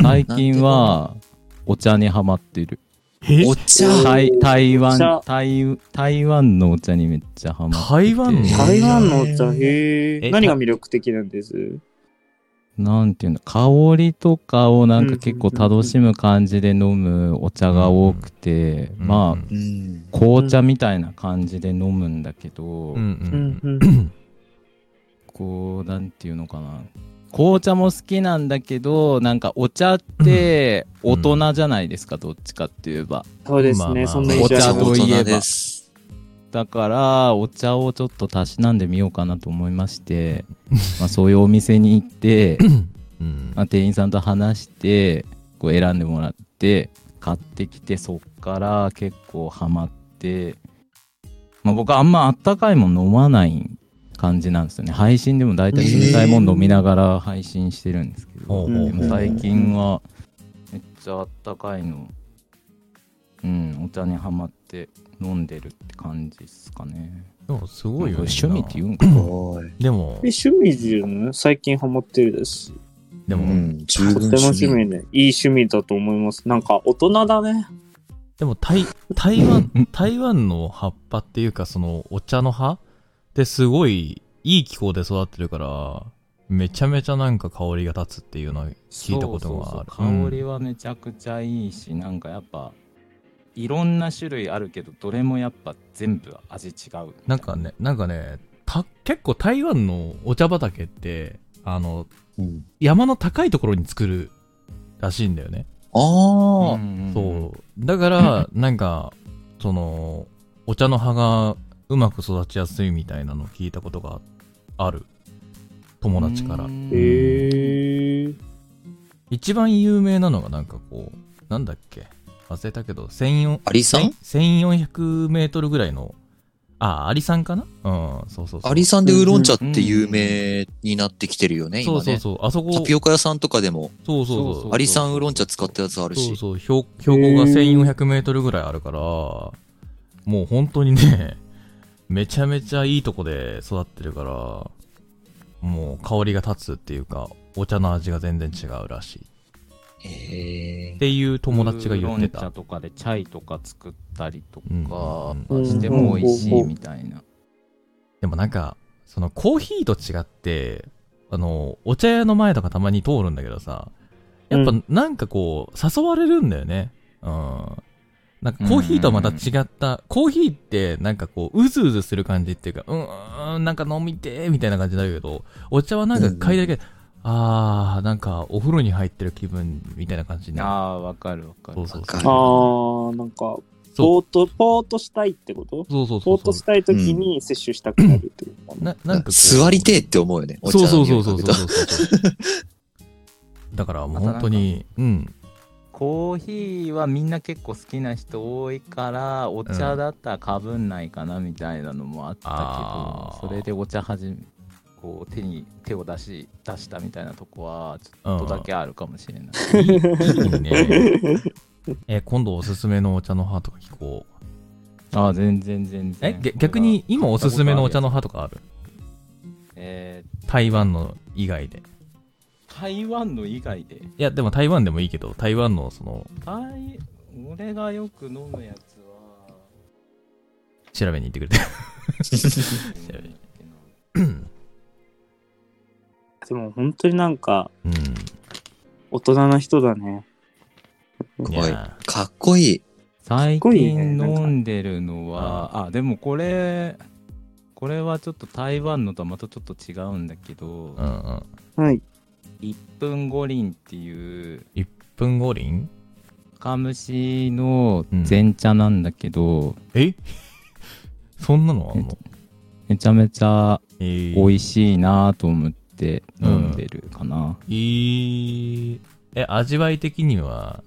D: 最近は、お茶にハマってる。
A: う。え
C: お茶
B: お茶
D: 台台湾
B: 茶
D: 台、台湾のお茶にめっちゃハマってて。
A: 台湾の
C: へー
B: 台湾のお茶、へ
A: え
B: え。何が魅力的なんです
D: なんていうんだ、香りとかをなんか結構楽しむ感じで飲むお茶が多くて、まあ、
C: うーん。
D: 紅茶みたいな感じで飲むんだけど、
A: あうんうんう
B: う
A: んん。
B: うん
D: こうなんていうのかな紅茶も好きなんだけどなんかお茶って
A: うん
D: 大人じゃないですか、どっちかって言えば
B: そうですね、
A: まあまあ
B: そんな
D: お
B: 印象
D: 茶
B: あります
D: といえば
C: 大人です
D: だからお茶をちょっとたしなんでみようかなと思い
A: [LAUGHS]
D: まして、まあ、そういうお店に行って、
A: うん
D: まあ、店員さんと話してこう選んでもらって買ってきてそっから結構ハマって、まあ、僕あんまあったかいもん飲まない感じなんですよね配信でも大体冷たいもん飲みながら配信してるんですけど、
A: ほうほう
D: で
A: ほ
D: も
A: う
D: 最近はめっちゃあったかいのうんお茶にはまって飲んでるって感じですかね
A: でもすごいよ、ね、
D: これ趣味って言うんかな
A: でも
B: え、趣味じゃない最近ハマってるです。
A: でも、
C: うん、十
B: と
C: 分
B: ても趣味で、いい趣味だと思います。なんか大人だね。
A: でも台、台湾、台湾の葉っぱっていうか、その、お茶の葉ってすごい、いい気候で育ってるから、めちゃめちゃなんか香りが立つっていうのを聞いたことがある。
D: そうそうそう香り
A: は、
D: はめちゃくちゃいいし、なんかやっぱいろんな種類あるけどどれもやっぱ全部味違う
A: なんかね、なんかね、た、結構台湾のお茶畑って、あの、
C: うん
A: 山の高いところに作るらしいんだよね。
C: ああ、
A: そう。だ
C: [LAUGHS]
A: から、なんか、その、お茶の葉がうまく育ちやすいみたいなのを聞いたことがある。友達から。
B: へー。
A: 一番有名なのがなんかこう、なんだっけ忘れたけど、1400
C: アリさん
A: 1400メートルぐらいの、あ、アリさんかなうん、そうそうそう。
C: アリさんでウーロン茶って有名になってきてるよね、今
A: そ
C: ね。
A: うそうそう。あそこ、
C: タピオカ屋さんとかでも、
A: そうそう
D: そう
A: そ
D: そうう。
C: アリさんウーロン茶使ったやつある
A: そう
C: し。
A: そう、標標高が1400メートルぐらいあるから、もう本当にね、 [LAUGHS] めちゃめちゃいいとこで育ってるから、もう香りが立つっていうか、お茶の味が全然違うらしい。
C: へえ
A: っていう友達が言って
D: ウーロン茶
A: た。
D: とかでチャイとか作ったりと
A: うん
D: か
A: うん
D: しても美味しいみたいな
A: でもなんか、そのコーヒーと違って、あの、お茶屋の前とかたまに通るんだけどさ、やっぱ
B: う
A: なんかこう、誘われるんだよね。うん。なんかコーヒーとはまた違った、コーヒーってなんかこう、うずうずする感じっていうか、うーん、なんか飲みてーみたいな感じになるけど、お茶はなんか嗅いだけで、あー、なんかお風呂に入ってる気分みたいな感じになる。
D: あーわかるわかる
A: そうそう
C: わか
A: そう
B: あー、
C: る。
B: なんか、
A: そ
B: ポート、ポートしたいってこと
A: そうそう
B: ポ
A: そう
B: ート
A: そ
B: したいときに摂取したくなるってこ
A: [CLEARS THROAT]
B: と
A: う。
B: な
A: ななんかこう
C: 座りてえって思うよね。お茶
A: そう
C: の
A: そうそ
C: 匂
A: うそうそう
C: い嗅ぐと
A: そうそうだからもう本当にうん
D: コーヒーはみんな結構好きな人多いからお茶だったらかぶんないかなみたいなのもあった
A: あー
D: けど、それでお茶はじめこう手に手を出し出したみたいなとこはち
A: う
D: ょ
A: ん
D: っとだけあるかもしれない、
A: いいねえ今度おすすめのお茶の葉とか聞こう
D: ああ全然全然
A: えげ逆に今おすすめのお茶の葉とかある
D: え
A: 台湾の以外で
D: ー台湾の以外で
A: いやでも台湾でもいいけど台湾のその
D: 台俺がよく飲むやつは
A: 調べに行ってくれて
B: でも本当になんか、
A: うん
B: 大人な人だね。
A: い
C: 怖い
A: や
C: かっこいい。
D: 最
B: ごい
D: 近
B: ねなんか
D: 飲んでるのは、あでもこれこれはちょっと台湾のとはまたちょっと違うんだけど、
A: うんうん
B: はい。
D: 1分五輪っていう
A: 1分五輪
D: 深蒸しの前茶なんだけど、
A: えそんなのあんの
D: めちゃめちゃ
A: えー
D: 美味しいなと思って飲んでるかな、
A: えーえ味わい的には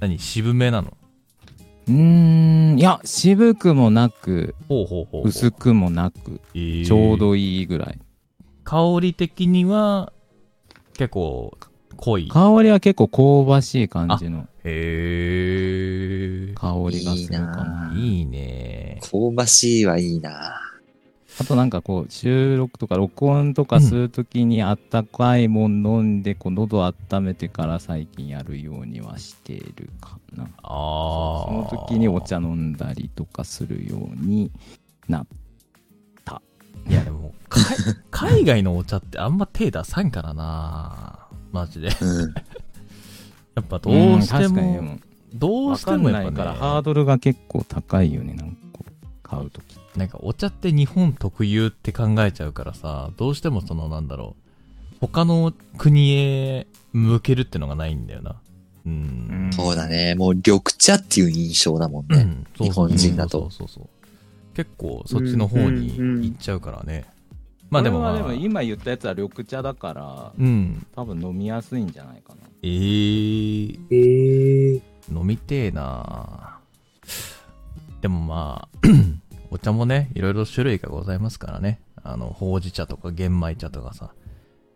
A: 何渋めなの
D: うーんいや渋くもなく
A: ほうほうほうほう
D: 薄くもなく
A: えー
D: ちょうどいいぐらい
A: 香り的には結構濃い
D: 香りは結構香ばしい感じの
A: へえ
D: 香りがするかない
A: いね
C: 香ばしいはいいな。
D: あとなんかこう収録とか録音とかするときにあったかいもん飲んでこう喉温めてから最近やるようにはしているかな
A: あ
D: そ
A: あ
D: の時にお茶飲んだりとかするように
A: いやでも
D: [LAUGHS]
A: かい海外のお茶ってあんま手出さんからなマジでや [LAUGHS]
C: うん。
A: っぱどうして
D: ん確かに
A: も
D: でも
A: どう
D: 分
A: し
D: か
A: て
D: ん
A: も
D: な
A: やっ
D: い
A: ぱ
D: から
A: ね
D: ハードルが結構高いよねなんかこう買う時
A: なんかお茶って日本特有って考えちゃうからさどうしてもそのなんだろう他の国へ向けるってのがないんだよなうん、
C: そうだね。もう緑茶っていう印象だもん
A: う
C: ね。
A: んそう
C: 日本人だと
A: そうそうそうそう結構そっちの方に行っちゃうからね、まあでもまあ
D: これはでも今言ったやつは緑茶だから
A: うん
D: 多分飲みやすいんじゃないかな
A: えー、
B: えー、
A: 飲みてえなでもまあ [CLEARS THROAT] お茶もねいろいろ種類がございますからねあのほうじ茶とか玄米茶とかさ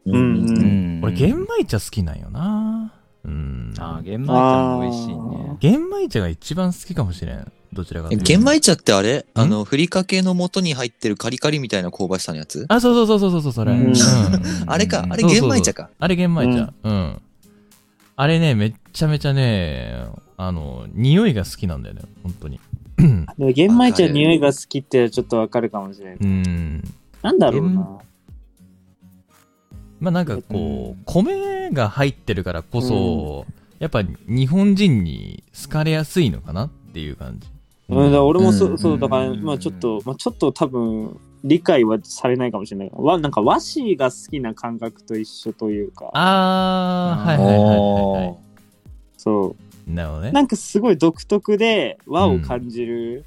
B: う
C: うん
B: ん、うん。
A: 俺玄米茶好きなんよなうん
D: あー玄米茶も美味しい
B: あ
D: ね
A: 玄米茶が一番好きかもしれんどちらかというと
C: 玄米茶ってあれあの、ふりかけの元に入ってるカリカリみたいな香ばしさのやつ
A: あそうそうそうそうそうそれ、
D: うん
A: うん
C: あれか、あれ
A: そうそう
C: 玄
A: そう
C: 米茶か。
A: あれ玄米茶うん、あれねめっちゃめちゃねあの匂いが好きなんだよね本当に [CLEARS THROAT]
B: でも玄米茶の匂いが好きってちょっとわかるかもしれない。
A: うん
B: なんだろうな。
A: まあなんかこう、米が入ってるからこそ、やっぱ日本人に好かれやすいのかなっていう感じ。
B: うん、だから俺もそ,、
C: う
B: うんそうだから、
D: うん
B: まあちょっと、まあ、ちょっと多分理解はされないかもしれないわなんか和紙が好きな感覚と一緒というか
A: あー、はいはいはいはいは
C: おー
B: そ
A: い。なるほど
B: う
A: ね。
B: なんかすごい独特で和を感じる、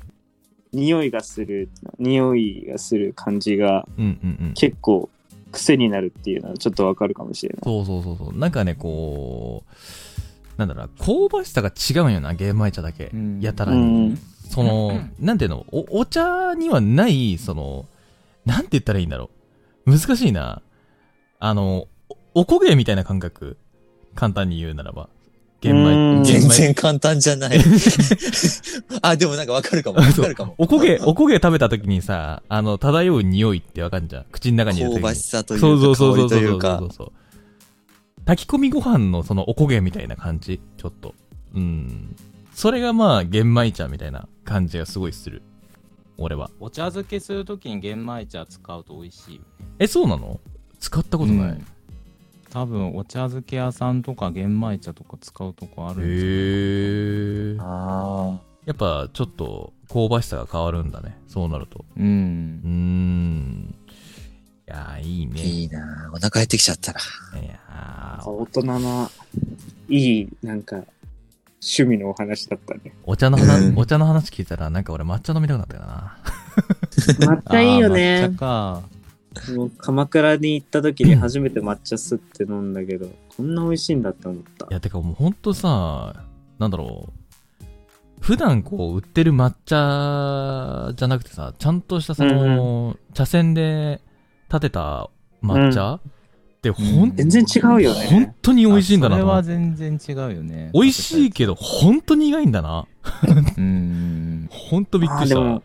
B: 匂いがする匂いがする感じが
A: うんうんうん。
B: 結構癖になるっていうのはちょっとわかるかもしれない
A: そうそうそうそう。なんかね、こう、なんだろうな、香ばしさが違うんよな、玄米茶だけ。やたら
B: う
A: に。
B: ん
A: その、なんていうの、おお茶にはない、その、なんて言ったらいいんだろう。難しいな。あの、おおこげみたいな感覚。簡単に言うならば。玄
B: う
A: 米、
B: ーん
A: 玄
C: 全
A: 米。
C: 然簡単じゃない。 [LAUGHS] あ、でもなんかわかるかも。わかるかも。
A: おこげ、おこげ食べた時にさ、あの、漂う匂いってわかんじゃん。口の中に入れ
C: 香
A: た
C: ば
A: 時
C: し
A: に。
C: さと
A: そ
C: いうう
A: そ
C: か、
A: うそうそ
C: 香
A: う
C: りと
A: そう
C: い
A: そうう
C: か
A: そう。そう。炊き込みご飯のそのおこげみたいな感じちょっと。うん。それがまあ、玄米茶みたいな感じがすごいする。俺は。
D: お茶漬けするときに玄米茶使うと美味しいよ
A: え、そうなの使ったことない。
D: うん多分お茶漬け屋さんとか玄米茶とか使うとこあるんですよ
A: へえ。
C: あ
A: やっぱちょっと香ばしさが変わるんだね。そうなると。
D: う
A: うー
D: ん
A: ん。いやー、いい
C: あ、
A: ね。い
C: いいなお腹減ってきちゃったら。
A: やー
B: 大人ないいなんか趣味のお話だったね。
A: お茶の話、
C: うん
A: お茶の話聞いたら、なんか俺抹茶飲みたくなったよな。
B: 抹茶いいよ
D: あー
B: ね
D: 抹茶。か。
B: もう鎌倉に行った時に初めて抹茶吸って飲んだけど、こんな美味しいんだって思った
A: い。や、てかもうほんとさ、なんだろう。普段こう売ってる抹茶じゃなくてさ、ちゃんとしたその、茶筅で立てた抹茶ってほん
D: うん
B: 全然違うよ
A: 本
B: ね。
A: 当に美味しいんだな
D: あ
A: と
D: それ
A: 思
D: は
A: って。
D: 全然違うよね。
A: 美味しいけど、本当に苦いんだな。
D: うん。
A: ほんとびっくりし
B: あーで
A: た
B: も。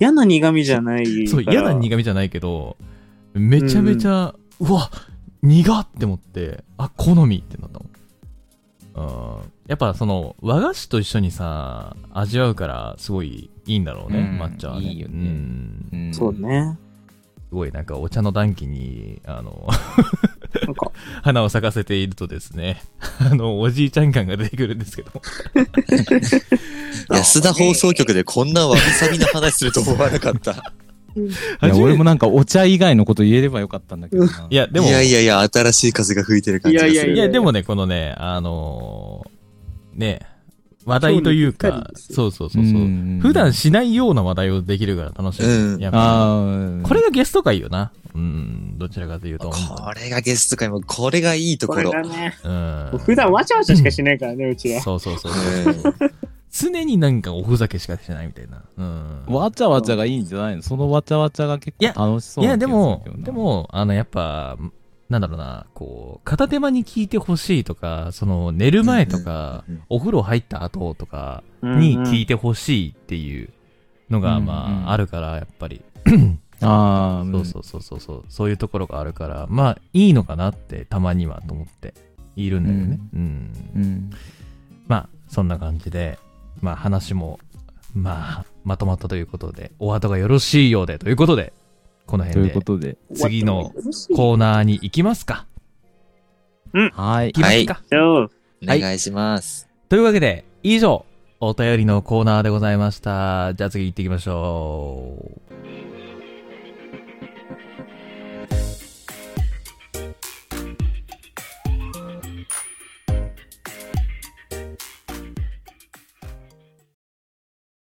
B: 嫌な苦味じゃないから。
A: そう、嫌な苦味じゃないけど、めちゃめちゃ、うわ、苦って思って、あ、好みってなったもん。うん。やっぱその、和菓子と一緒にさ、味わうから、すごいいいんだろうね、
D: うん
A: 抹茶はね。
D: いいよね
A: うん
D: ん
B: そう。ね。
A: すごいなんかお茶の暖気に、あの、
B: なんか、
A: [LAUGHS] 花を咲かせているとですね、あの、おじいちゃん感が出てくるんですけど。
C: 安田放送局でこんなわびさびな話すると思わなかった。
D: いや、
A: 初めて
D: 俺もなんかお茶以外のこと言えればよかったんだけど
A: [LAUGHS]
D: な。
A: いや、 [LAUGHS] でも、
C: いやいやいや、新しい風が吹いてる感じがする。
B: いやいや
A: いや、でもね、このね、あのーね、話題という
B: 興味
A: か
B: 深い、ですよ
A: そうそうそうそう、
D: ん
A: 普段しないような話題をできるから楽しい。
C: うん
A: やっぱ
D: ああ。
A: これがゲスト会よな。うん、どちらかというと。
C: これがゲスト会も、これがいいと
B: こ
C: こ
B: れ
C: ろ。
B: がね、
A: うん
B: もう。普段わちゃわちゃしかしないからね、うちら。
A: そうそうそう。
C: うん
A: 常になんかおふざけしかしてないみたいな。うん。
D: わちゃわちゃがいいんじゃないのそのわちゃわちゃが結構楽しそ
A: いう
D: な
A: や、でも
D: 気がする、け
A: で
D: どな、
A: も、あの、やっぱ、なんだろうな、こう、片手間に聞いてほしいとか、その、寝る前とか、
C: うんうんうん
A: お風呂入った後とか、
B: に
A: に聞いてほしいっていうのが、
D: うんう
A: ま
D: ん
A: あ、あるから、やっぱり。
D: ああ、
A: そうそうそうそうそう。そういうところがあるから、まあ、いいのかなって、たまにはと思って、いるんだよね。うん。
D: うん。うん。
A: まあ、そんな感じで、まあ、話も、まあ、まとまったということで、お後がよろしいようで、ということで、この
D: とい
A: 辺
D: う
A: で
D: こ、とで。
A: 次のコーナーに行きますか。
D: はい
A: 行き。ますか。
B: じゃあ、
C: お
A: はい
C: 願いします。
A: というわけで、以上、お便りのコーナーでございました。じゃあ次行ってきましょう。